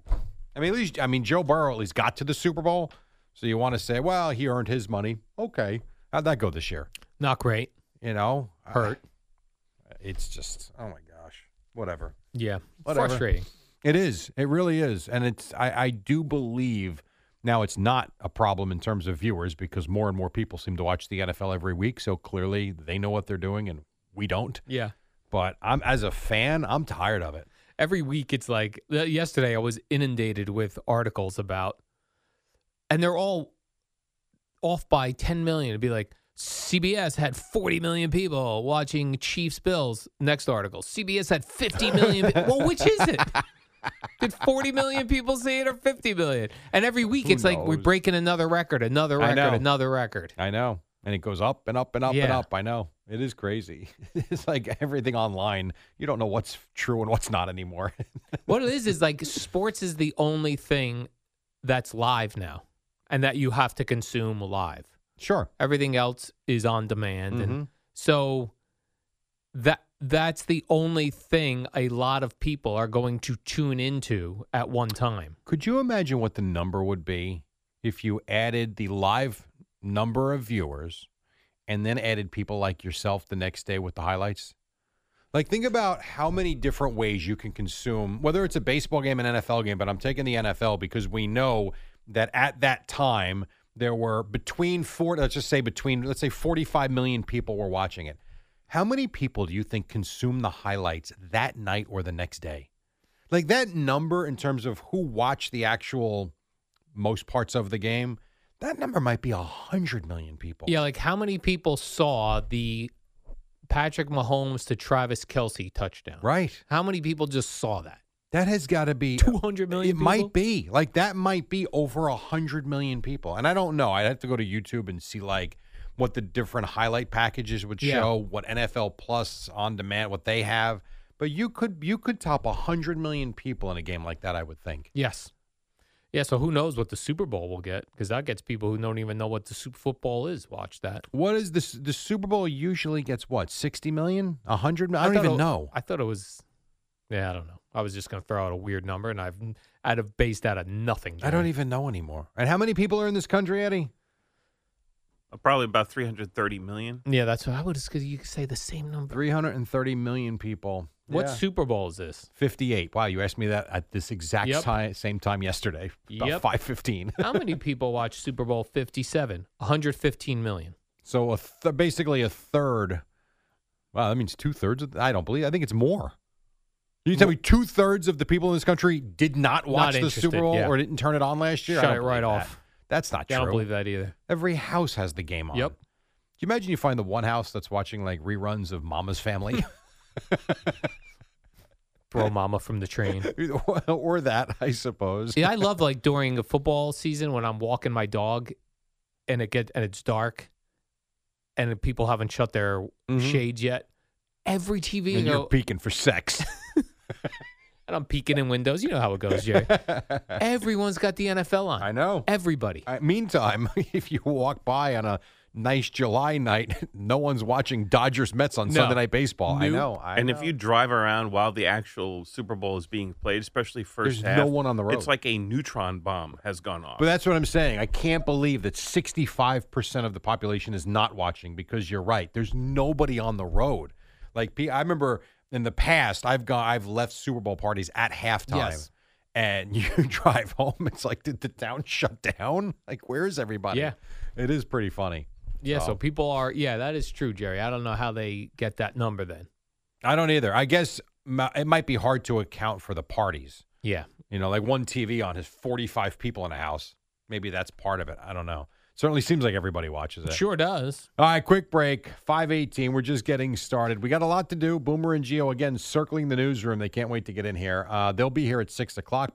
I mean, at least I mean Joe Burrow at least got to the Super Bowl. So you want to say, well, he earned his money. Okay, how'd that go this year? Not great. You know, I- Hurt. it's just oh my gosh, whatever. Yeah. Whatever. Frustrating. It is. It really is, and it's. I, I do believe Now it's not a problem in terms of viewers because more and more people seem to watch the NFL every week. So clearly they know what they're doing and we don't. Yeah. But I'm as a fan, I'm tired of it. Every week it's like uh, yesterday I was inundated with articles about and they're all off by 10 million. It'd be like CBS had 40 million people watching Chiefs Bills. Next article. CBS had 50 million. pe- well, which is it? Did 40 million people see it or 50 million? And every week Who it's like we're knows? breaking another record, another I record, know. another record. I know. And it goes up and up and up and Yeah. up. I know. It is crazy. It's like everything online. You don't know what's true and what's not anymore. what it is is like sports is the only thing that's live now and that you have to consume live. sure. Everything else is on demand and Mhm. so that that's the only thing a lot of people are going to tune into at one time. Could you imagine what the number would be if you added the live number of viewers and then added people like yourself the next day with the highlights? Like, think about how many different ways you can consume, whether it's a baseball game, an NFL game, but I'm taking the NFL because we know that at that time, there were between four, let's just say between, let's say 45 million people were watching it. How many people do you think consume the highlights that night or the next day? like that number in terms of who watched the actual most parts of the game that number might be a hundred million people Yeah, like how many people saw the Patrick Mahomes to Travis Kelsey touchdown? right How many people just saw that? that has got to be 200 million it might people? be like that might be over a hundred million people and i don't know i'd have to go to youtube and see like what the different highlight packages would Yeah. show what nfl plus on demand what they have but you could you could top a hundred million people in a game like that i would think Yes. Yeah, so who knows what the Super Bowl will get because that gets people who don't even know what the Super Football is watch that. What is this? The Super Bowl usually gets what? 60 million? 100 million? I don't thought even it- know. I thought it was Yeah, I don't know. I was just going to throw out a weird number and I've I'd have based that on nothing. I don't Jerry. even know anymore. And how many people are in this country, Eddie? Uh, Probably about 330 million. e-, Yeah, that's what I would cuz you could say the same number. 330 million people. What Yeah. Super Bowl is this? 58. Wow, you asked me that at this exact Yep. time, same time yesterday, about Yep. 515. How many people watch Super Bowl 57? 115 million. so a th- basically a third. Wow, that means two thirds. of the- I don't believe. I think it's more. You tell me two thirds of the people in this country did not watch the interested, Super Bowl yeah. or didn't turn it on last year? I Shut don't it right believe that. off. That's not true. Yeah, I don't believe that either. Every house has the game on. Yep. Do you imagine you find the one house that's watching like reruns of Mama's Family Throw mama from the train. or that, I suppose? See, I love like during a football season when I'm walking my dog, and it get and it's dark, and the people haven't shut their shades yet. Every TV Mm-hmm. and you you're go- peeking for sex. and I'm peeking in windows. You know how it goes, Jerry. Everyone's got the NFL on. I know. Everybody. Uh, meantime, if you walk by on a nice July night, no one's watching Dodgers Mets on No. Sunday Night Baseball. I Nope. know. I and know. if you drive around while the actual Super Bowl is being played, especially first There's half, no one on the road. It's like a neutron bomb um, has gone off. But that's what I'm saying. I can't believe that 65% of the population is not watching because you're right. There's nobody on the road. Like pe- I remember in the past, I've gone, I've left Super Bowl parties at halftime. Yes. And you drive home, it's like, did the town shut down? Like, where is everybody? Yeah. It is pretty funny. Yeah. So people are. Yeah, that is true, Jerry. I don't know how they get that number then. I don't either. I guess m- it might be hard to account for the parties. Yeah. You know, like one TV on has 45 people in a house. Maybe that's part of it. I don't know. Certainly seems like everybody watches it. Sure does. All right, quick break. 518. We're just getting started. We got a lot to do. Boomer and Geo again circling the newsroom. They can't wait to get in here. Uh, they'll be here at 6 o'clock.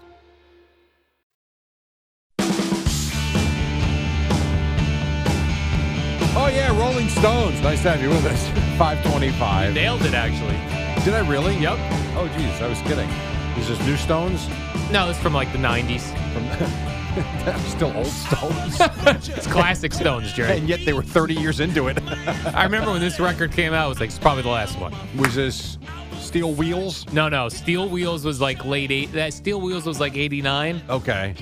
Oh, yeah, Rolling Stones. Nice to have you with us. 525. Nailed it actually. Did I really? Yep. Oh, geez, I was kidding. Is this New Stones? No, it's from like the '90s. From Still old stones. it's classic Stones, Jerry. And yet they were 30 years into it. I remember when this record came out, it was like, it's probably the last one. Was this Steel Wheels? No, no. Steel Wheels was like late eight. That Steel Wheels was like 89. Okay.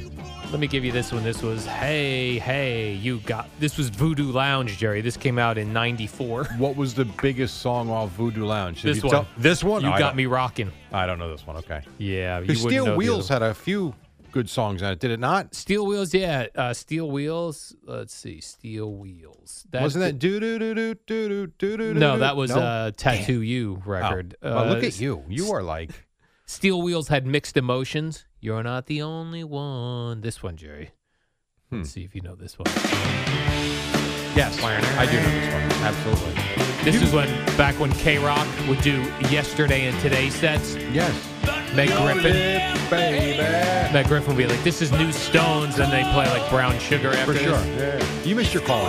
Let me give you this one. This was, hey, hey, you got. This was Voodoo Lounge, Jerry. This came out in 94. What was the biggest song off Voodoo Lounge? Did This you one. tell- this one? You I got don't- me rocking. I don't know this one. Okay. Yeah. you Because wouldn't know Steel the Wheels other- had a few good songs on it, did it not? Steel Wheels, yeah. Uh, steel Wheels. Let's see. Steel Wheels. Wasn't that do do do do do do do? No, that was uh, Tattoo You record. Oh. Well, look Uh, at you. You are like Steel Wheels had mixed emotions. You're not the only one. This one, Jerry. Hmm. Let's see if you know this one. yes, I do know this one. Absolutely. This is when back when K Rock would do yesterday and today sets. Yes. Meg Griffin. Meg Griffin would be like, "This is new Stones," and they play like Brown Sugar after For sure. this. Yeah. You missed your calling.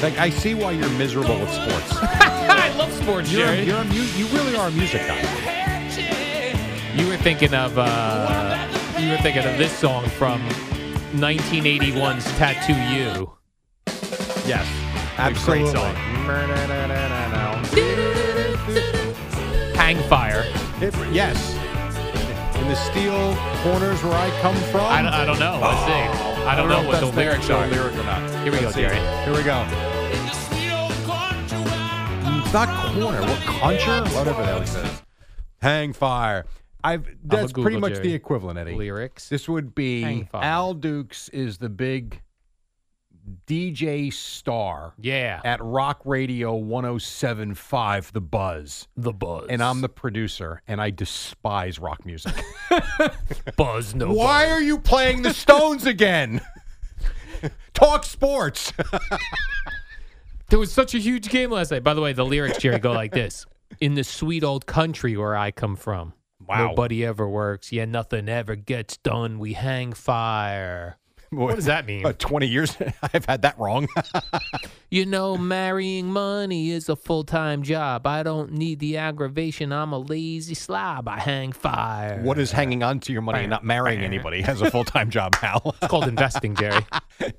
Like I see why you're miserable with sports. I love sports, You're, Jerry. a- you're a mu- you really are a music guy. You were thinking of uh, you were thinking of this song from 1981's Tattoo You. Yes, Great absolutely. song. Hang Fire. It- yes. In the steel corners where I come from. I don't, I don't know. Let's see. I don't, know, what if the that's the lyrics actual are. lyric or not. Here we Let's go, see. Jerry. Here we go. It's not corner. What concher? Whatever that was. says. Hang fire. I've that's pretty Google, much Jerry. the equivalent, Eddie. Lyrics. This would Hang be Fire. Al Dukes is the big DJ star Yeah. at Rock Radio 1075 The Buzz. The Buzz. And I'm the producer and I despise rock music. Buzz No Why are you playing the Stones again? Talk sports. There was such a huge game last night. By the way, the lyrics, Jerry, go like this In the sweet old country where I come from. Wow. Nobody ever works. Yeah, nothing ever gets done. We hang fire. What does that mean? Uh, 20 years. I've had that wrong. You know, marrying money is a full time job. I don't need the aggravation. I'm a lazy slob. I hang fire. what is hanging on to your money and not uh, marrying anybody has a full time job, Hal. It's called investing, Jerry.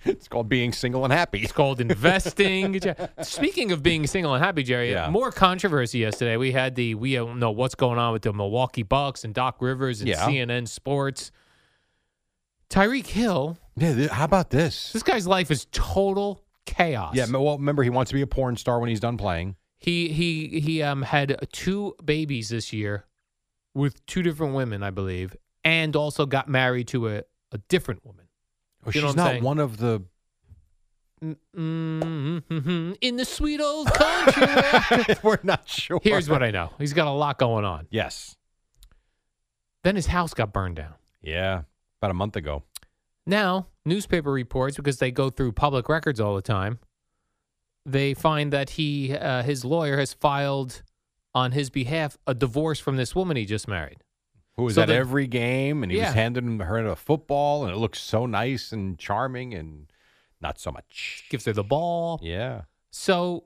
it's called being single and happy. It's called investing. Jer- Speaking of being single and happy, Jerry, Yeah. more controversy yesterday. We had the we don't know what's going on with the Milwaukee Bucks and Doc Rivers and Yeah. CNN Sports. Tyreek Hill, Yeah, th- how about this? this guy's life is total chaos. Yeah, well, remember he wants to be a porn star when he's done playing. he he he um had two babies this year with two different women, I believe, and also got married to a, a different woman. Oh, You know she's what I'm not saying? one of the. Mm-hmm. In the sweet old country. We're not sure. Here's what I know. He's got a lot going on. Yes. Then his house got burned down. Yeah. About a month ago. Now, newspaper reports, because they go through public records all the time, they find that he, uh, his lawyer, has filed on his behalf a divorce from this woman he just married. Who was So at the- every game, and he Yeah. was handing her a football, and it looked so nice and charming, and not so much. Gives her the ball. Yeah. So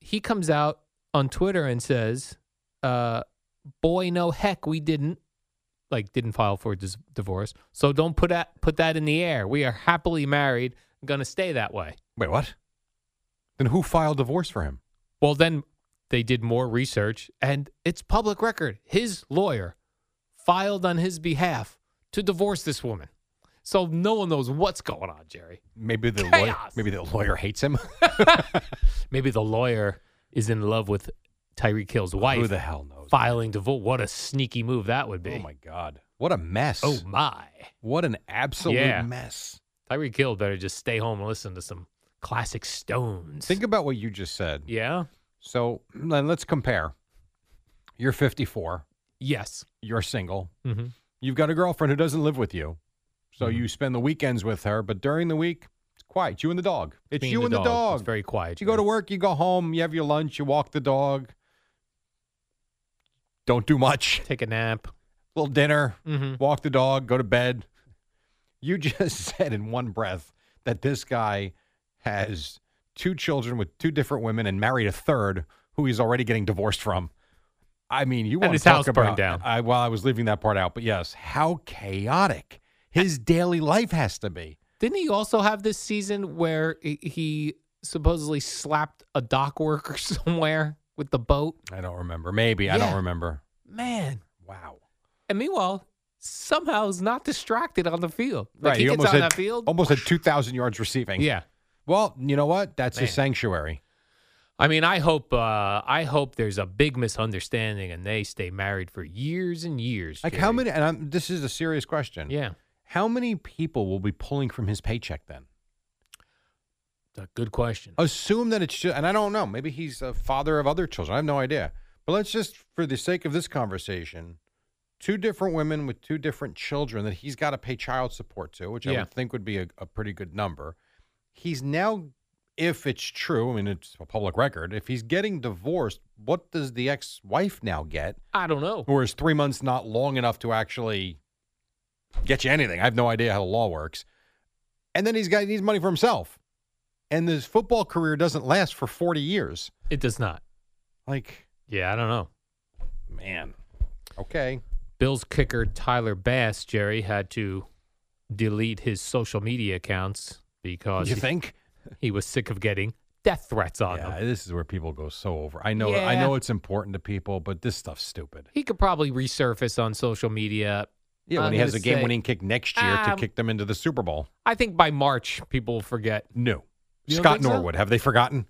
he comes out on Twitter and says, uh, "Boy, no heck, we didn't." Like didn't file for dis- divorce, so don't put that put that in the air. We are happily married, gonna stay that way. Wait, what? Then who filed divorce for him? Well, then they did more research, and it's public record. His lawyer filed on his behalf to divorce this woman. So no one knows what's going on, Jerry. Maybe the lawyer. Chaos. Maybe the lawyer hates him. Maybe the lawyer is in love with Tyreek Hill's wife. Who the hell knows? Filing divorce. What a sneaky move that would be. Oh my God! What a mess! Oh my. what an absolute Yeah. mess! Tyreek Hill better just stay home and listen to some classic Stones. Think about what you just said. yeah. So then let's compare. You're 54. Yes. You're single. hmm You've got a girlfriend who doesn't live with you, so you spend the weekends with her. But during the week, it's quiet. You and the dog. It's you and the dog. It's very quiet. You go Jerry. to work, you go home, you have your lunch, you walk the dog. Don't do much. take a nap. Little dinner, Mm-hmm. walk the dog, go to bed. You just said in one breath that this guy has two children with two different women and married a third who he's already getting divorced from. I mean, you And want his to talk house burned about down. I, well, I was leaving that part out, but yes, how chaotic. his daily life has to be. Didn't he also have this season where he- he supposedly slapped a dock worker somewhere with the boat? I don't remember. Maybe I Yeah. don't remember. Man. Wow. And meanwhile, somehow is not distracted on the field. Like he, he gets almost on had, that field. Almost had two thousand yards receiving. Yeah. Well, you know what? That's Man. his sanctuary. I mean, I hope uh, I hope there's a big misunderstanding and they stay married for years and years. Like Jerry. how many? And I'm, this is a serious question. Yeah. How many people will be pulling from his paycheck then? It's a good question. Oh. Assume that it's just, and I don't know. Maybe he's a father of other children. I have no idea. But let's just, for the sake of this conversation, two different women with two different children that he's got to pay child support to, which I Yeah. would think would be a, a pretty good number. He's now, if it's true, I mean, it's a public record. If he's getting divorced, what does the ex wife now get? I don't know. Or is three months not long enough to actually get you anything? I have no idea how the law works. And then he's got he needs money for himself. And his football career doesn't last for 40 years. It does not. Like, Yeah, I don't know. man. Okay. Bills kicker Tyler Bass, Jerry, had to delete his social media accounts because you he- think? he was sick of getting death threats on him. Yeah, this is where people go so over. I know I Yeah. know it's important to people, but this stuff's stupid. He could probably resurface on social media. Yeah, I'm when he has gonna a game say- winning kick next year to Um, kick them into the Super Bowl. I think by March people will forget. No. You don't Scott think so? Norwood, have they forgotten?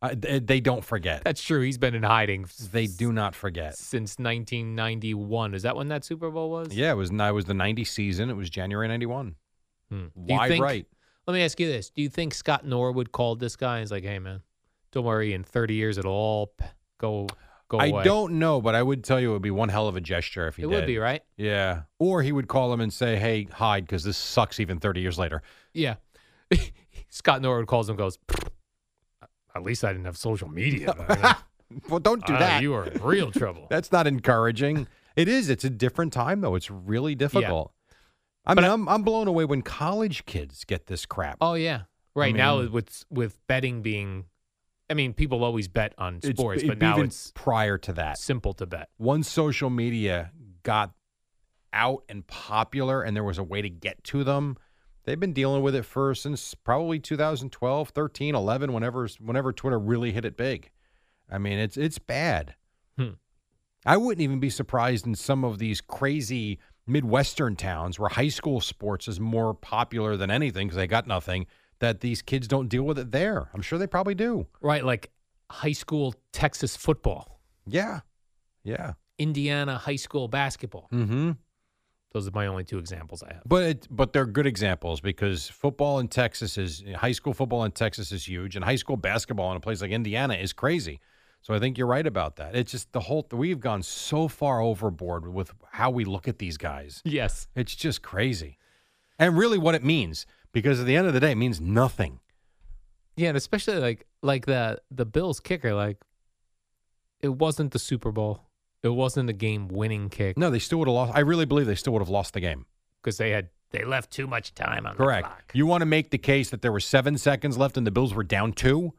Uh, they, they don't forget. That's true. He's been in hiding s- They do not forget. since 1991. Is that when that Super Bowl was? Yeah, it was it was the 90 season. It was January 91. Hmm. Do you Why think- right? Let me ask you this: Do you think Scott Norwood called this guy and is like, "Hey, man, don't worry. In 30 years, it'll all p- go go I away." don't know, but I would tell you it would be one hell of a gesture if he It did. would be right. Yeah. Or he would call him and say, hey, hide because this sucks even 30 years later. Yeah. Scott Norwood calls him, and goes, "At least I didn't have social media." Well, don't do Ah, that. You are in real trouble. That's not encouraging. it is. It's a different time, though. It's really difficult. I mean, I'm, I'm blown away when college kids get this crap. Oh yeah, right mean- now with with betting being, I mean, people always bet on It's- sports, it- but now even it's prior to that. simple to bet. once social media got out and popular and there was a way to get to them they've been dealing with it for since probably 2012 13 11 whenever whenever twitter really hit it big i mean it's it's bad Hmm. i wouldn't even be surprised in some of these crazy midwestern towns where high school sports is more popular than anything because they got nothing that these kids don't deal with it there i'm sure they probably do Right, like high school Texas football, yeah yeah Indiana high school basketball. mm-hmm Those are my only two examples I have. But it, but they're good examples because football in Texas is high school football in Texas is huge, and high school basketball in a place like Indiana is crazy. So I think you're right about that. It's just the whole we've gone so far overboard with how we look at these guys. Yes. It's just crazy, and really what it means because at the end of the day, it means nothing. Yeah, and especially like like the the Bills kicker, like it wasn't the Super Bowl. It wasn't a game winning kick No, they still would have lost. I really believe they still would have lost the game. because they had they left too much time on Correct. the clock. You want to make the case that there were seven seconds left and the Bills were down two.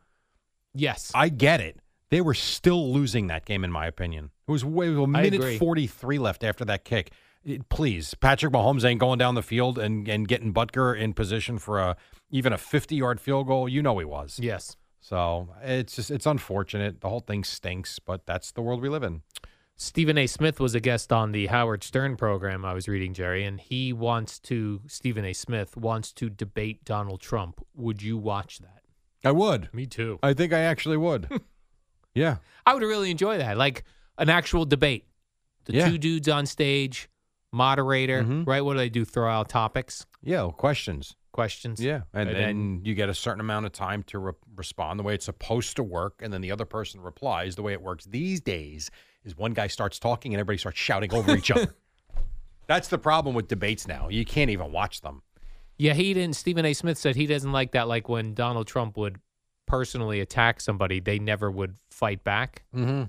Yes. I get it. They were still losing that game, in my opinion. It was way it was a I minute agree. forty three left after that kick. It- please, Patrick Mahomes ain't going down the field and, and getting Butker in position for a even a fifty yard field goal. You know he was. yes. So it's just it's unfortunate. The whole thing stinks, but that's the world we live in. Stephen A. Smith was a guest on the Howard Stern program I was reading, Jerry, and he wants to Stephen A. Smith wants to debate Donald Trump. Would you watch that? I would. Me too. I think I actually would. yeah. I would really enjoy that. Like an actual debate. The Yeah. two dudes on stage, moderator, Mhm. right? What do they do? Throw out topics, Yeah. well, questions. questions. Yeah. And And, then, then- you get a certain amount of time to re- respond the way it's supposed to work. And then the other person replies. The way it works these days is one guy starts talking and everybody starts shouting over each other. That's the problem with debates now. You can't even watch them. Yeah, he didn't. Stephen A. Smith said he doesn't like that. Like when Donald Trump would personally attack somebody, they never would fight back Mm-hmm.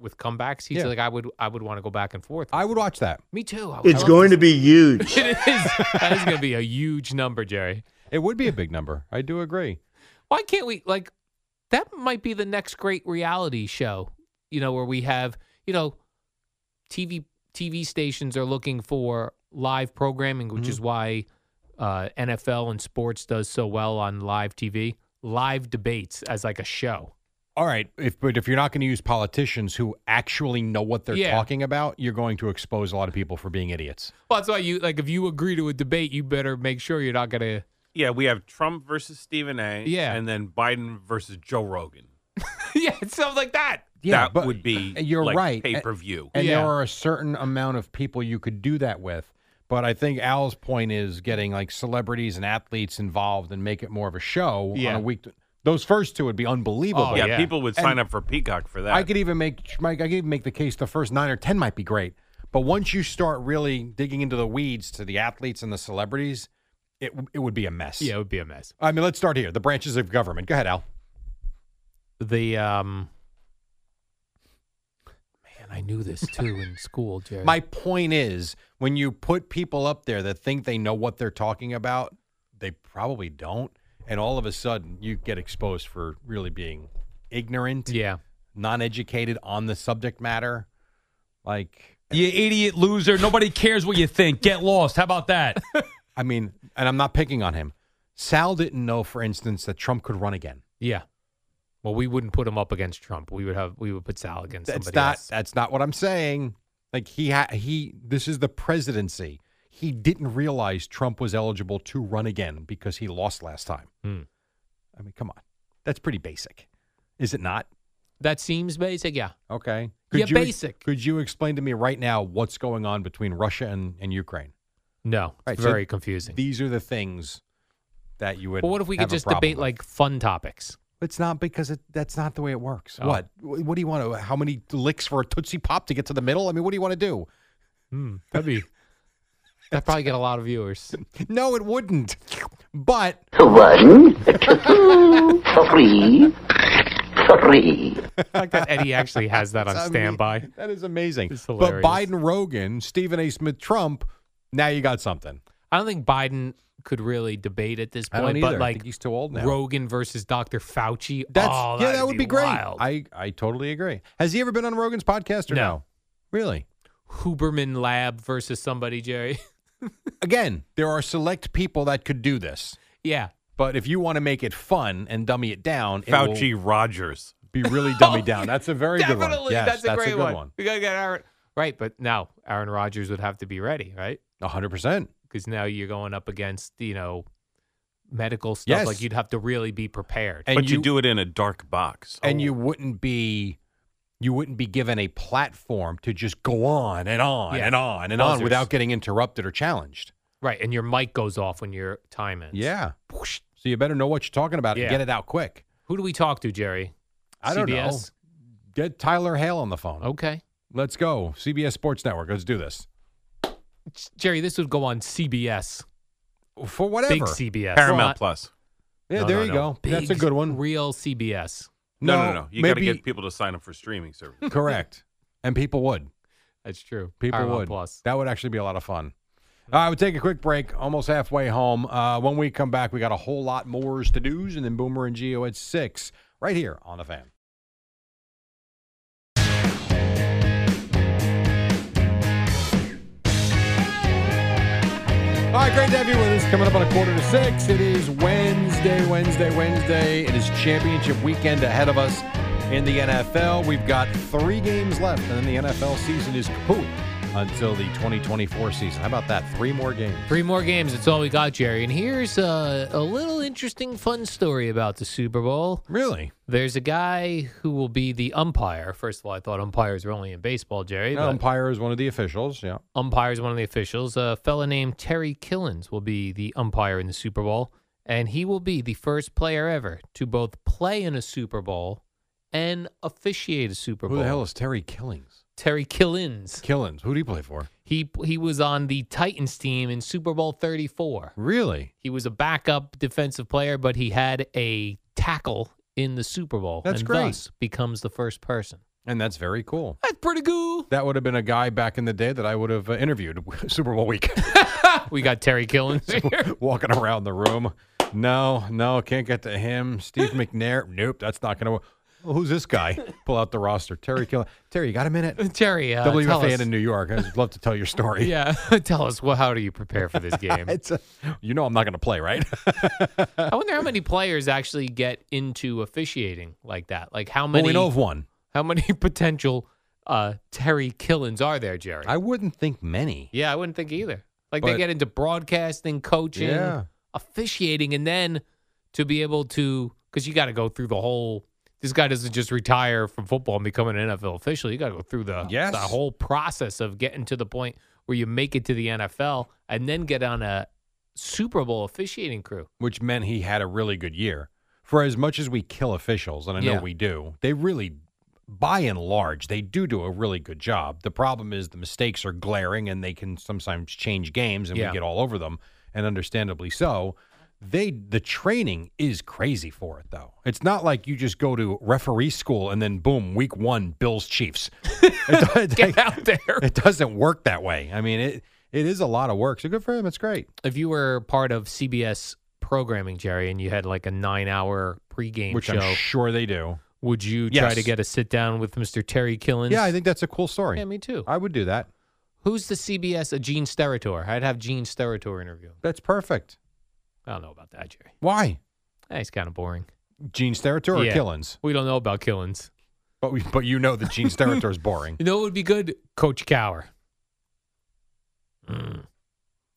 with comebacks. He's Yeah. like, I would, I would want to go back and forth. I would watch that. Me too. I would It's love going to be huge. It is. That is going to be a huge number, Jerry. It would be a big number. I do agree. Why can't we like? That might be the next great reality show. You know, where we have you know, TV TV stations are looking for live programming, which is why uh, NFL and sports does so well on live TV. Live debates as like a show. All right, if but if you're not going to use politicians who actually know what they're Yeah. talking about, you're going to expose a lot of people for being idiots. Well, that's why you like if you agree to a debate, you better make sure you're not gonna. Yeah, we have Trump versus Stephen A. Yeah. and then Biden versus Joe Rogan. yeah, it sounds like that. Yeah, that but- would be You're like right. pay per view. And there are a certain amount of people you could do that with. But I think Al's point is getting like celebrities and athletes involved and make it more of a show on Yeah. Oh, a week. Those first two would be unbelievable. Oh, yeah, people would And sign up for Peacock for that. I could even make Mike. I could even make the case the first nine or ten might be great, but once you start really digging into the weeds to the athletes and the celebrities, it it would be a mess. Yeah, it would be a mess. I mean, let's start here. The branches of government. Go ahead, Al. The um, man, I knew this too in school, Jerry. My point is, when you put people up there that think they know what they're talking about, they probably don't, and all of a sudden you get exposed for really being ignorant, yeah, non-educated on the subject matter. Like, You idiot loser. Nobody cares what you think. Get lost. How about that? I mean, and I'm not picking on him. Sal didn't know, for instance, that Trump could run again. yeah. Well, we wouldn't put him up against Trump. We would have we would put Sal against That's somebody not else. that's not what I'm saying. Like he ha- he this is the presidency. He didn't realize Trump was eligible to run again because he lost last time. Hmm. I mean, come on. That's pretty basic. Is it not? That seems basic. Yeah. Okay. Yeah, you, basic. Could you explain to me right now what's going on between Russia and, and Ukraine? No, Right, it's so very confusing. These are the things that you would But what if we could have a just problem debate with. like fun topics? It's not because it, that's not the way it works. Oh. What? Wh- What do you want to? How many licks for a Tootsie Pop to get to the middle? I mean, what do you want to do? Hmm, that'd be. That'd probably get a lot of viewers. No, it wouldn't. But One, two, three, three. I like that Eddie actually has that on I mean, standby. that is amazing. It's But hilarious. Biden, Rogan, Stephen A. Smith, Trump. Now you got something. I don't think Biden could really debate at this I point. don't either. But I think like he's too old now. Rogan versus Dr. Fauci. That's oh, yeah, that that'd would be, great. wild. I I totally agree. Has he ever been on Rogan's podcast or no? No. Really? Huberman Lab versus somebody, Jerry. Again, there are select people that could do this, yeah. but if you want to make it fun and dummy it down, it will Fauci Rogers. be really dummy down. That's a very good one. Definitely. Yes, that's a great good one. We gotta get Aaron right, but now Aaron Rodgers would have to be ready, right? hundred percent. Because now you're going up against, you know, medical stuff. Yes. Like you'd have to really be prepared. And but you, you- do it in a dark box. Oh. and you wouldn't be you wouldn't be given a platform to just go on and on Yeah. and on and on Buzzers. without getting interrupted or challenged. right. And your mic goes off when your time ends. Yeah. So you better know what you're talking about Yeah. and get it out quick. Who do we talk to, Jerry? I don't know. CBS? Get Tyler Hale on the phone. Oh. Okay. Let's go. CBS Sports Network. Let's do this. Jerry, this would go on CBS. For whatever. Big CBS. Paramount Not- Plus. Yeah, No, there no, you no. go. That's a Big, good one. Real CBS. No, no, no. You got to maybe get people to sign up for streaming services. correct. And people would. That's true. People Paramount would. Plus. That would actually be a lot of fun. All right, we'll take a quick break. Almost halfway home. Uh, when we come back, we got a whole lot more to do's, and then Boomer and Geo at six, right here on the fan. All right, great to have you with us. Coming up on a quarter to six. It is Wednesday, Wednesday, Wednesday. It is championship weekend ahead of us in the NFL. We've got three games left, and then the NFL season is kaput until the 2024 season. How about that? Three more games. Three more games. That's all we got, Jerry. And here's a, a little interesting, fun story about the Super Bowl. Really? There's a guy who will be the umpire. First of all, I thought umpires were only in baseball, Jerry. but umpire is one of the officials. Yeah. umpire is one of the officials. A fella named Terry Killens will be the umpire in the Super Bowl, and he will be the first player ever to both play in a Super Bowl and officiate a Super Who Bowl. the hell is Terry Killings? Terry Killens? Killings. Who do you play for? He he was on the Titans team in Super Bowl 34. Really? He was a backup defensive player, but he had a tackle in the Super Bowl. That's and great. Thus becomes the first person. And that's very cool. That's pretty cool. That would have been a guy back in the day that I would have uh, interviewed Super Bowl week. We got Terry Killens here. walking around the room. No, no, can't get to him. Steve McNair. Nope, that's not going to work. Well, who's this guy? Pull out the roster. Terry Kill. Terry, you got a minute? Terry, uh, tell WFAN us- in New York. I'd love to tell your story. Yeah, tell us. Well, how do you prepare for this game? It's a- you know I'm not going to play, right? I wonder how many players actually get into officiating like that. Like how Well, many? we know of one. How many potential uh, Terry Killens are there, Jerry? I wouldn't think many. yeah, I wouldn't think either. Like But- they get into broadcasting, coaching, Yeah. officiating, and then to be able to because you got to go through the whole. This guy doesn't just retire from football and become an NFL official. You got to go through the Yes. the whole process of getting to the point where you make it to the NFL and then get on a Super Bowl officiating crew. Which meant he had a really good year. For as much as we kill officials, and I know Yeah. we do, they really, by and large, they do do a really good job. The problem is the mistakes are glaring, and they can sometimes change games, and Yeah. we get all over them, and understandably so. They the training is crazy for it though. It's not like you just go to referee school and then boom, week one, Bills Chiefs. It, do- Get out there. it doesn't work that way. I mean, it it is a lot of work. So good for him. It's great. if you were part of CBS programming, Jerry, and you had like a nine-hour pregame Which show, I'm sure they do. would you try to Yes. get a sit-down with Mr. Terry Killens? Yeah, I think that's a cool story. Yeah, me too. I would do that. Who's the CBS? A uh, Gene Steratore. I'd have Gene Steratore interview. him. That's perfect. I don't know about that, Jerry. Why? Eh, He's kind of boring. Gene Steratore or Yeah. Killins? We don't know about Killens. But we, but you know that Gene Steratore is boring. You know what would be good? Coach Cower. Mm.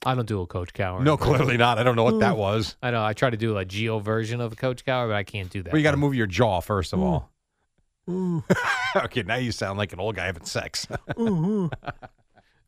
I don't do a Coach Cower. No, clearly not. I don't know what that was. I know. I try to do a Geo version of a Coach Cower, but I can't do that. But you got to one. move your jaw first of all. okay, now you sound like an old guy having sex.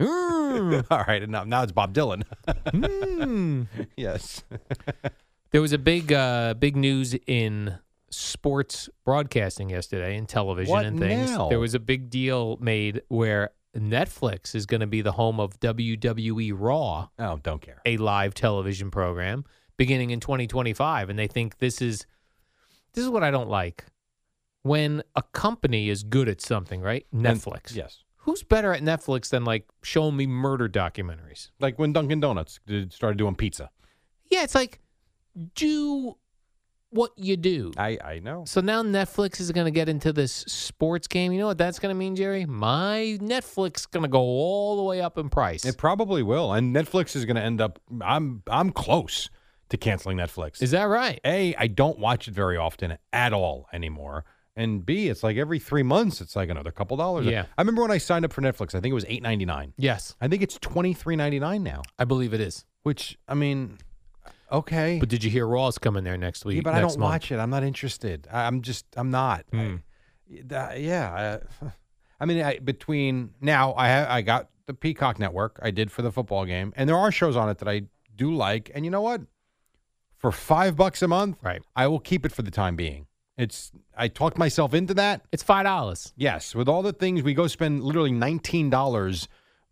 all right, enough. Now it's Bob Dylan. Mm. yes. There was a big, uh, big news in sports broadcasting yesterday and television What and things. now? There was a big deal made where Netflix is going to be the home of WWE Raw, Oh, don't care. a live television program beginning in 2025, and they think this is this is what I don't like when a company is good at something, right? Netflix. And- yes. Who's better at Netflix than like show me murder documentaries? Like when Dunkin' Donuts did- started doing pizza. Yeah, it's like do what you do. I, I know. So now Netflix is going to get into this sports game. You know what that's going to mean, Jerry? My Netflix going to go all the way up in price. It probably will. And Netflix is going to end up I'm I'm close to canceling Netflix. Is that right? A, I don't watch it very often at all anymore. And B, it's like every three months, it's like another couple dollars. Yeah. I remember when I signed up for Netflix, I think it was eight ninety nine. Yes, I think it's twenty three ninety nine now. I believe it is. Which I mean, okay, But did you hear Raw's coming there next week? yeah, but I next don't month? watch it. I'm not interested. I, I'm just I'm not. I- Hmm. that- yeah, I, I mean, I, between now I ha- I got the Peacock Network. I did for the football game, and there are shows on it that I do like. And you know what? For five bucks a month, Right. I will keep it for the time being. It's I talked myself into that. It's five dollars. Yes, with all the things we go spend literally nineteen dollars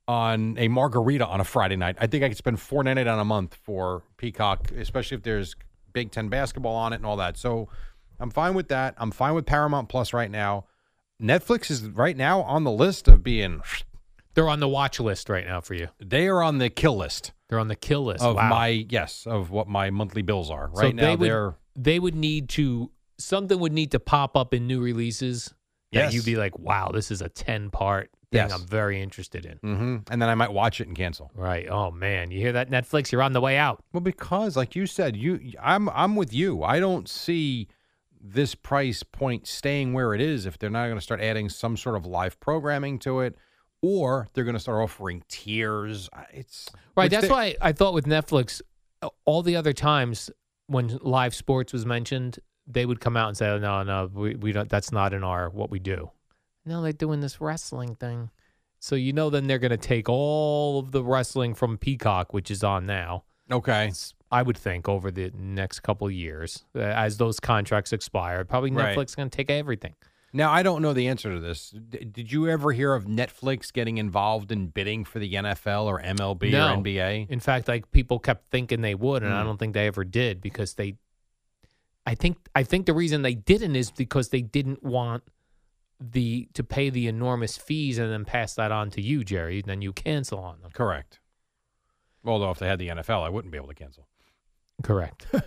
on a margarita on a Friday night. I think I could spend four ninety nine a month for Peacock, especially if there's Big Ten basketball on it and all that. So I'm fine with that. I'm fine with Paramount Plus right now. Netflix is right now on the list of being They're on the watch list right now for you. they are on the kill list They're on the kill list. of Wow. my yes of what my monthly bills are So right now. they would, are they would need to something would need to pop up in new releases Yes. that you'd be like, wow, this is a ten part thing. Yes. I'm very interested in. hmm and then I might watch it and cancel. Right. Oh man, you hear that Netflix? You're on the way out. Well, because like you said, you I'm I'm with you. I don't see this price point staying where it is if they're not going to start adding some sort of live programming to it, or they're going to start offering tiers. I- It's Right. which That's they- why I thought with Netflix, uh, all the other times when live sports was mentioned, they would come out and say, oh, "No, no, we, we don't. That's not in our what we do." No, they're doing this wrestling thing, so you know. Then they're going to take all of the wrestling from Peacock, which is on now. Okay, I would think over the next couple years, uh, as those contracts expire, probably Right. Netflix is going to take everything. now I don't know the answer to this. D- did you ever hear of Netflix getting involved in bidding for the NFL or MLB No. or NBA? In fact, like people kept thinking they would, and I Mm. don't think they ever did because they. I think I think the reason they didn't is because they didn't want the to pay the enormous fees and then pass that on to you, Jerry. Then you cancel on them. Correct. Although if they had the NFL, I wouldn't be able to cancel. Correct.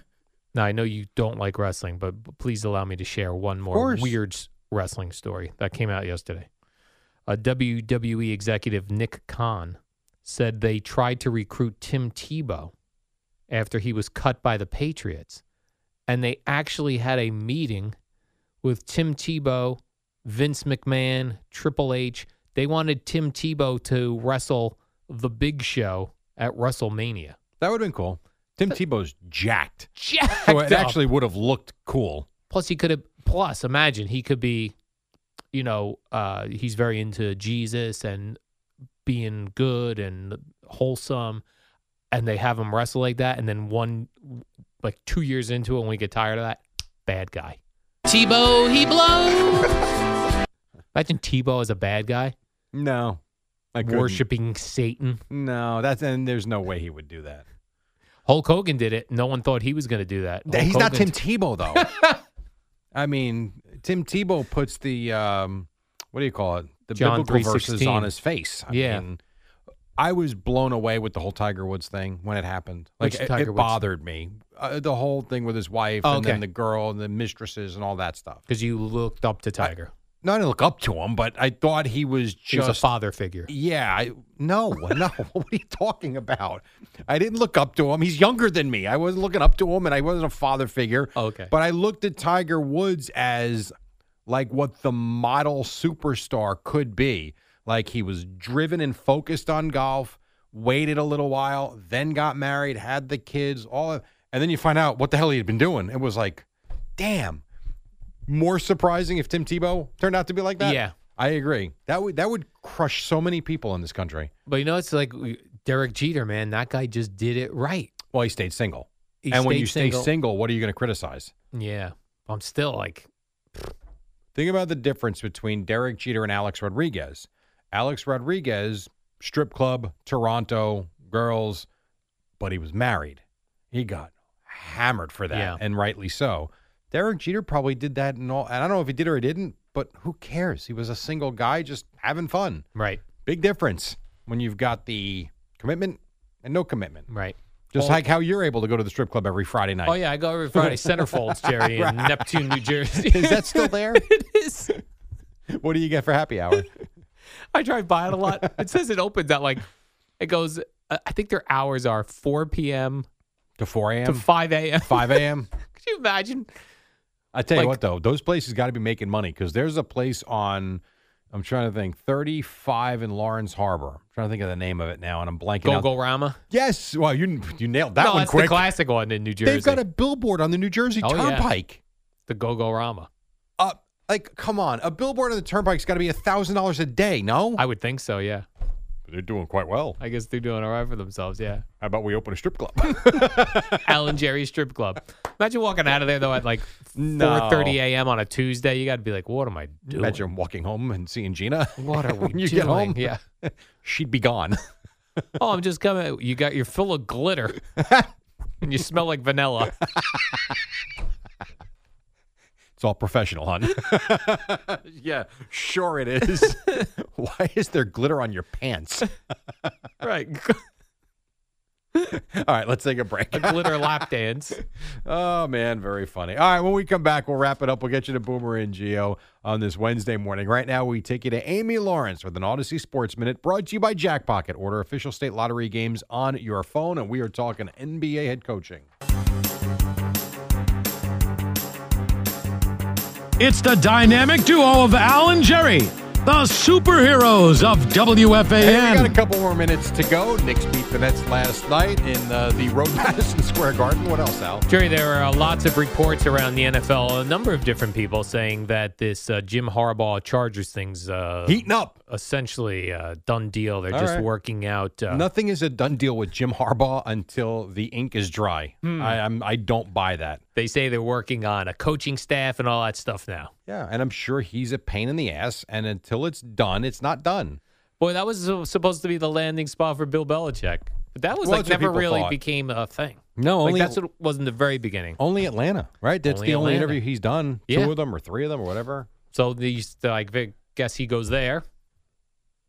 Now I know you don't like wrestling, but b- please allow me to share one more course. weird s- wrestling story that came out yesterday. A WWE executive Nick Khan said they tried to recruit Tim Tebow after he was cut by the Patriots, and they actually had a meeting with Tim Tebow, Vince McMahon, Triple H. They wanted Tim Tebow to wrestle the Big Show at WrestleMania. That would have been cool. Tim Tebow's jacked. Jacked. So it up. actually would have looked cool. Plus, he could have. Plus, imagine he could be, you know, uh, he's very into Jesus and being good and wholesome, and they have him wrestle like that, and then one, like two years into it, when we get tired of that, bad guy. Tebow, he blows. imagine Tebow as a bad guy, No. I couldn't. worshiping Satan. No, that's and there's no way he would do that. Hulk Hogan did it. No one thought he was going to do that. Hulk He's not Tim Hogan- Tebow though. I mean, Tim Tebow puts the um, what do you call it? The John biblical verses 3:16. on his face. I Yeah. mean, I was blown away with the whole Tiger Woods thing when it happened. Like Which it, Tiger it Woods? bothered me. Uh, the whole thing with his wife Oh, and then okay. the girl and the mistresses and all that stuff. Because you looked up to Tiger. No, I didn't look up to him, but I thought he was just She was a father figure. Yeah, I, no, no. what are you talking about? I didn't look up to him. He's younger than me. I wasn't looking up to him, and I wasn't a father figure. Oh, Okay. But I looked at Tiger Woods as like what the model superstar could be. Like he was driven and focused on golf, waited a little while, then got married, had the kids, all of, and then you find out what the hell he had been doing. It was like, damn. More surprising if Tim Tebow turned out to be like that. Yeah. I agree. That would that would crush so many people in this country. But you know, it's like Derek Jeter, man. That guy just did it right. Well, he stayed single. He and when stayed you single. stay single, what are you going to criticize? Yeah. I'm still like, Think about the difference between Derek Jeter and Alex Rodriguez. Alex Rodriguez, strip club, Toronto, girls, but he was married. He got hammered for that, Yeah. and rightly so. Derek Jeter probably did that and all. And I don't know if he did or he didn't, but who cares? He was a single guy just having fun. right, Big difference when you've got the commitment and no commitment. right. Just Well- like how you're able to go to the strip club every Friday night. Oh, yeah. I go every Friday. Centerfolds, Jerry, in Neptune, New Jersey. Is that still there? it is. What do you get for happy hour? I drive by it a lot. It says it opens at like, it goes, uh, I think their hours are 4 p.m. to 4 to a.m. 5 a.m. 5 a.m. Could you imagine? I tell you Like- what, though, those places got to be making money because there's a place on, I'm trying to think, 35 in Lawrence Harbor. I'm trying to think of the name of it now, and I'm blanking Go out. Go Rama? Yes, well, you you nailed that no, one that's quick. the classic one in New Jersey. They've got a billboard on the New Jersey Oh, yeah. Turnpike. the Go Go Rama. Uh, like, come on, a billboard on the Turnpike's got to be a thousand dollars a day. No, I would think so, yeah. they're doing quite well. I guess they're doing all right for themselves, yeah. How about we open a strip club? Alan Jerry Strip Club. Imagine walking out of there though at like No. four thirty a.m. on a Tuesday. You got to be like, what am I doing? Imagine walking home and seeing Gina. What are we when you doing? get home? Yeah. she'd be gone. Oh, I'm just coming. You got you're full of glitter, and you smell like vanilla. It's all professional, hon. yeah, sure it is. Why is there glitter on your pants? right. All right, let's take a break. A glitter lap dance. Oh man, very funny. All right, when we come back, we'll wrap it up. We'll get you to Boomer and Geo on this Wednesday morning. Right now, we take you to Amy Lawrence with an Odyssey Sports Minute brought to you by Jackpocket. Order official state lottery games on your phone, and we are talking NBA head coaching. It's the dynamic duo of Al and Jerry, the superheroes of Hey, we got a WFAN. couple more minutes to go. Knicks beat the Nets last night in uh, the Road Madison Square Garden. What else, Al? Jerry, there are uh, lots of reports around the NFL. A number of different people saying that this uh, Jim Harbaugh Chargers thing's uh, Heating up. essentially uh, done deal. They're All just right. working out. Uh, Nothing is a done deal with Jim Harbaugh until the ink is dry. I, I'm, I don't buy that. They say they're working on a coaching staff and all that stuff now. Yeah, and I'm sure he's a pain in the ass. And until it's done, it's not done. Boy, that was su- supposed to be the landing spot for Bill Belichick. But that was Well, like that's what never people really thought. became a thing. No, Like only that's what it was in the very beginning. only Atlanta, right? That's Only the only Atlanta. interview he's done. Yeah. Two of them or three of them or whatever. So these, I vi- guess he goes there.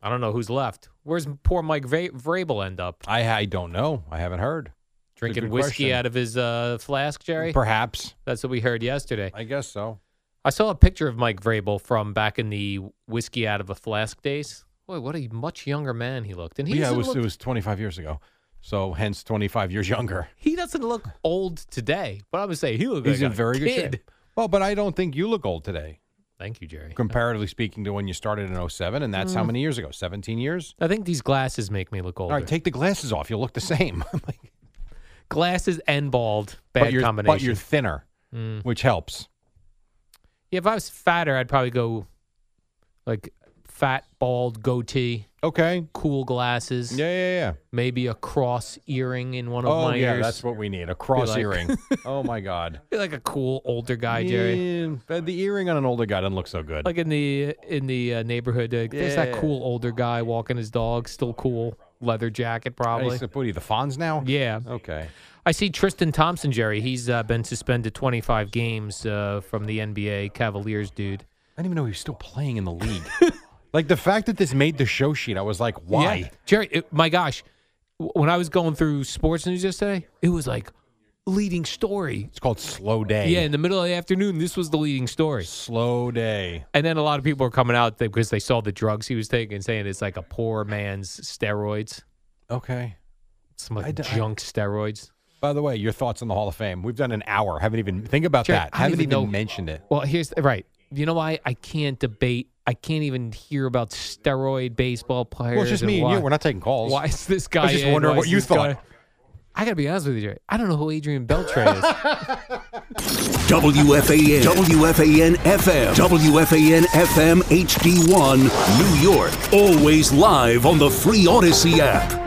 I don't know who's left. Where's poor Mike Va- Vrabel end up? I I don't know. I haven't heard. Drinking good whiskey question. out of his uh, flask, Jerry? Perhaps. That's what we heard yesterday. I guess so. I saw a picture of Mike Vrabel from back in the whiskey out of a flask days. Boy, what a much younger man he looked. And he yeah, it doesn't was look it was 25 years ago, so hence 25 years younger. He doesn't look old today, but I would say he looks He's like in a very good kid. shape. Well, but I don't think you look old today, Thank you, Jerry. comparatively speaking to when you started in 07, and that's how Mm. many years ago? 17 years. I think these glasses make me look older. All right, take the glasses off. You'll look the same. glasses and bald, bad but you're, combination. But you're thinner, Mm. which helps. Yeah, if I was fatter, I'd probably go like fat, bald, goatee. Okay. Cool glasses. Yeah, yeah, yeah. Maybe a cross earring in one of oh my yeah, ears. that's what we need. A cross like- earring. oh my God. Be like a cool older guy, Jerry. Yeah, but the earring on an older guy doesn't look so good. Like in the in the uh, neighborhood, uh, there's that Yeah. cool older guy walking his dog, still cool, leather jacket probably. Hey, so what are you, the Fonz now? Yeah. Okay. I see Tristan Thompson, Jerry. He's uh, been suspended 25 games uh, from the NBA Cavaliers, dude. I didn't even know he was still playing in the league. like the fact that this made the show sheet, I was like, why? Yeah. Jerry, it, my gosh, w- when I was going through sports news yesterday, it was like leading story. It's called Slow Day. Yeah, in the middle of the afternoon, this was the leading story. Slow Day. And then a lot of people are coming out th- because they saw the drugs he was taking, saying it's like a poor man's steroids, Okay. some like I d- I- junk steroids. By the way, your thoughts on the Hall of Fame? We've done an hour. Haven't even think about Jerry, I that. don't Haven't even even, know- mentioned it. Well, here's right. You know why I can't debate? I can't even hear about steroid baseball players. Well, it's just me and why, you. We're not taking calls. Why is this guy? I was just in? wondering Why what is you this guy- thought. I gotta be honest with you, Jerry. I don't know who Adrian Beltre is. WFAN, WFAN FM, WFAN FM HD1, New York. Always live on the free Odyssey app.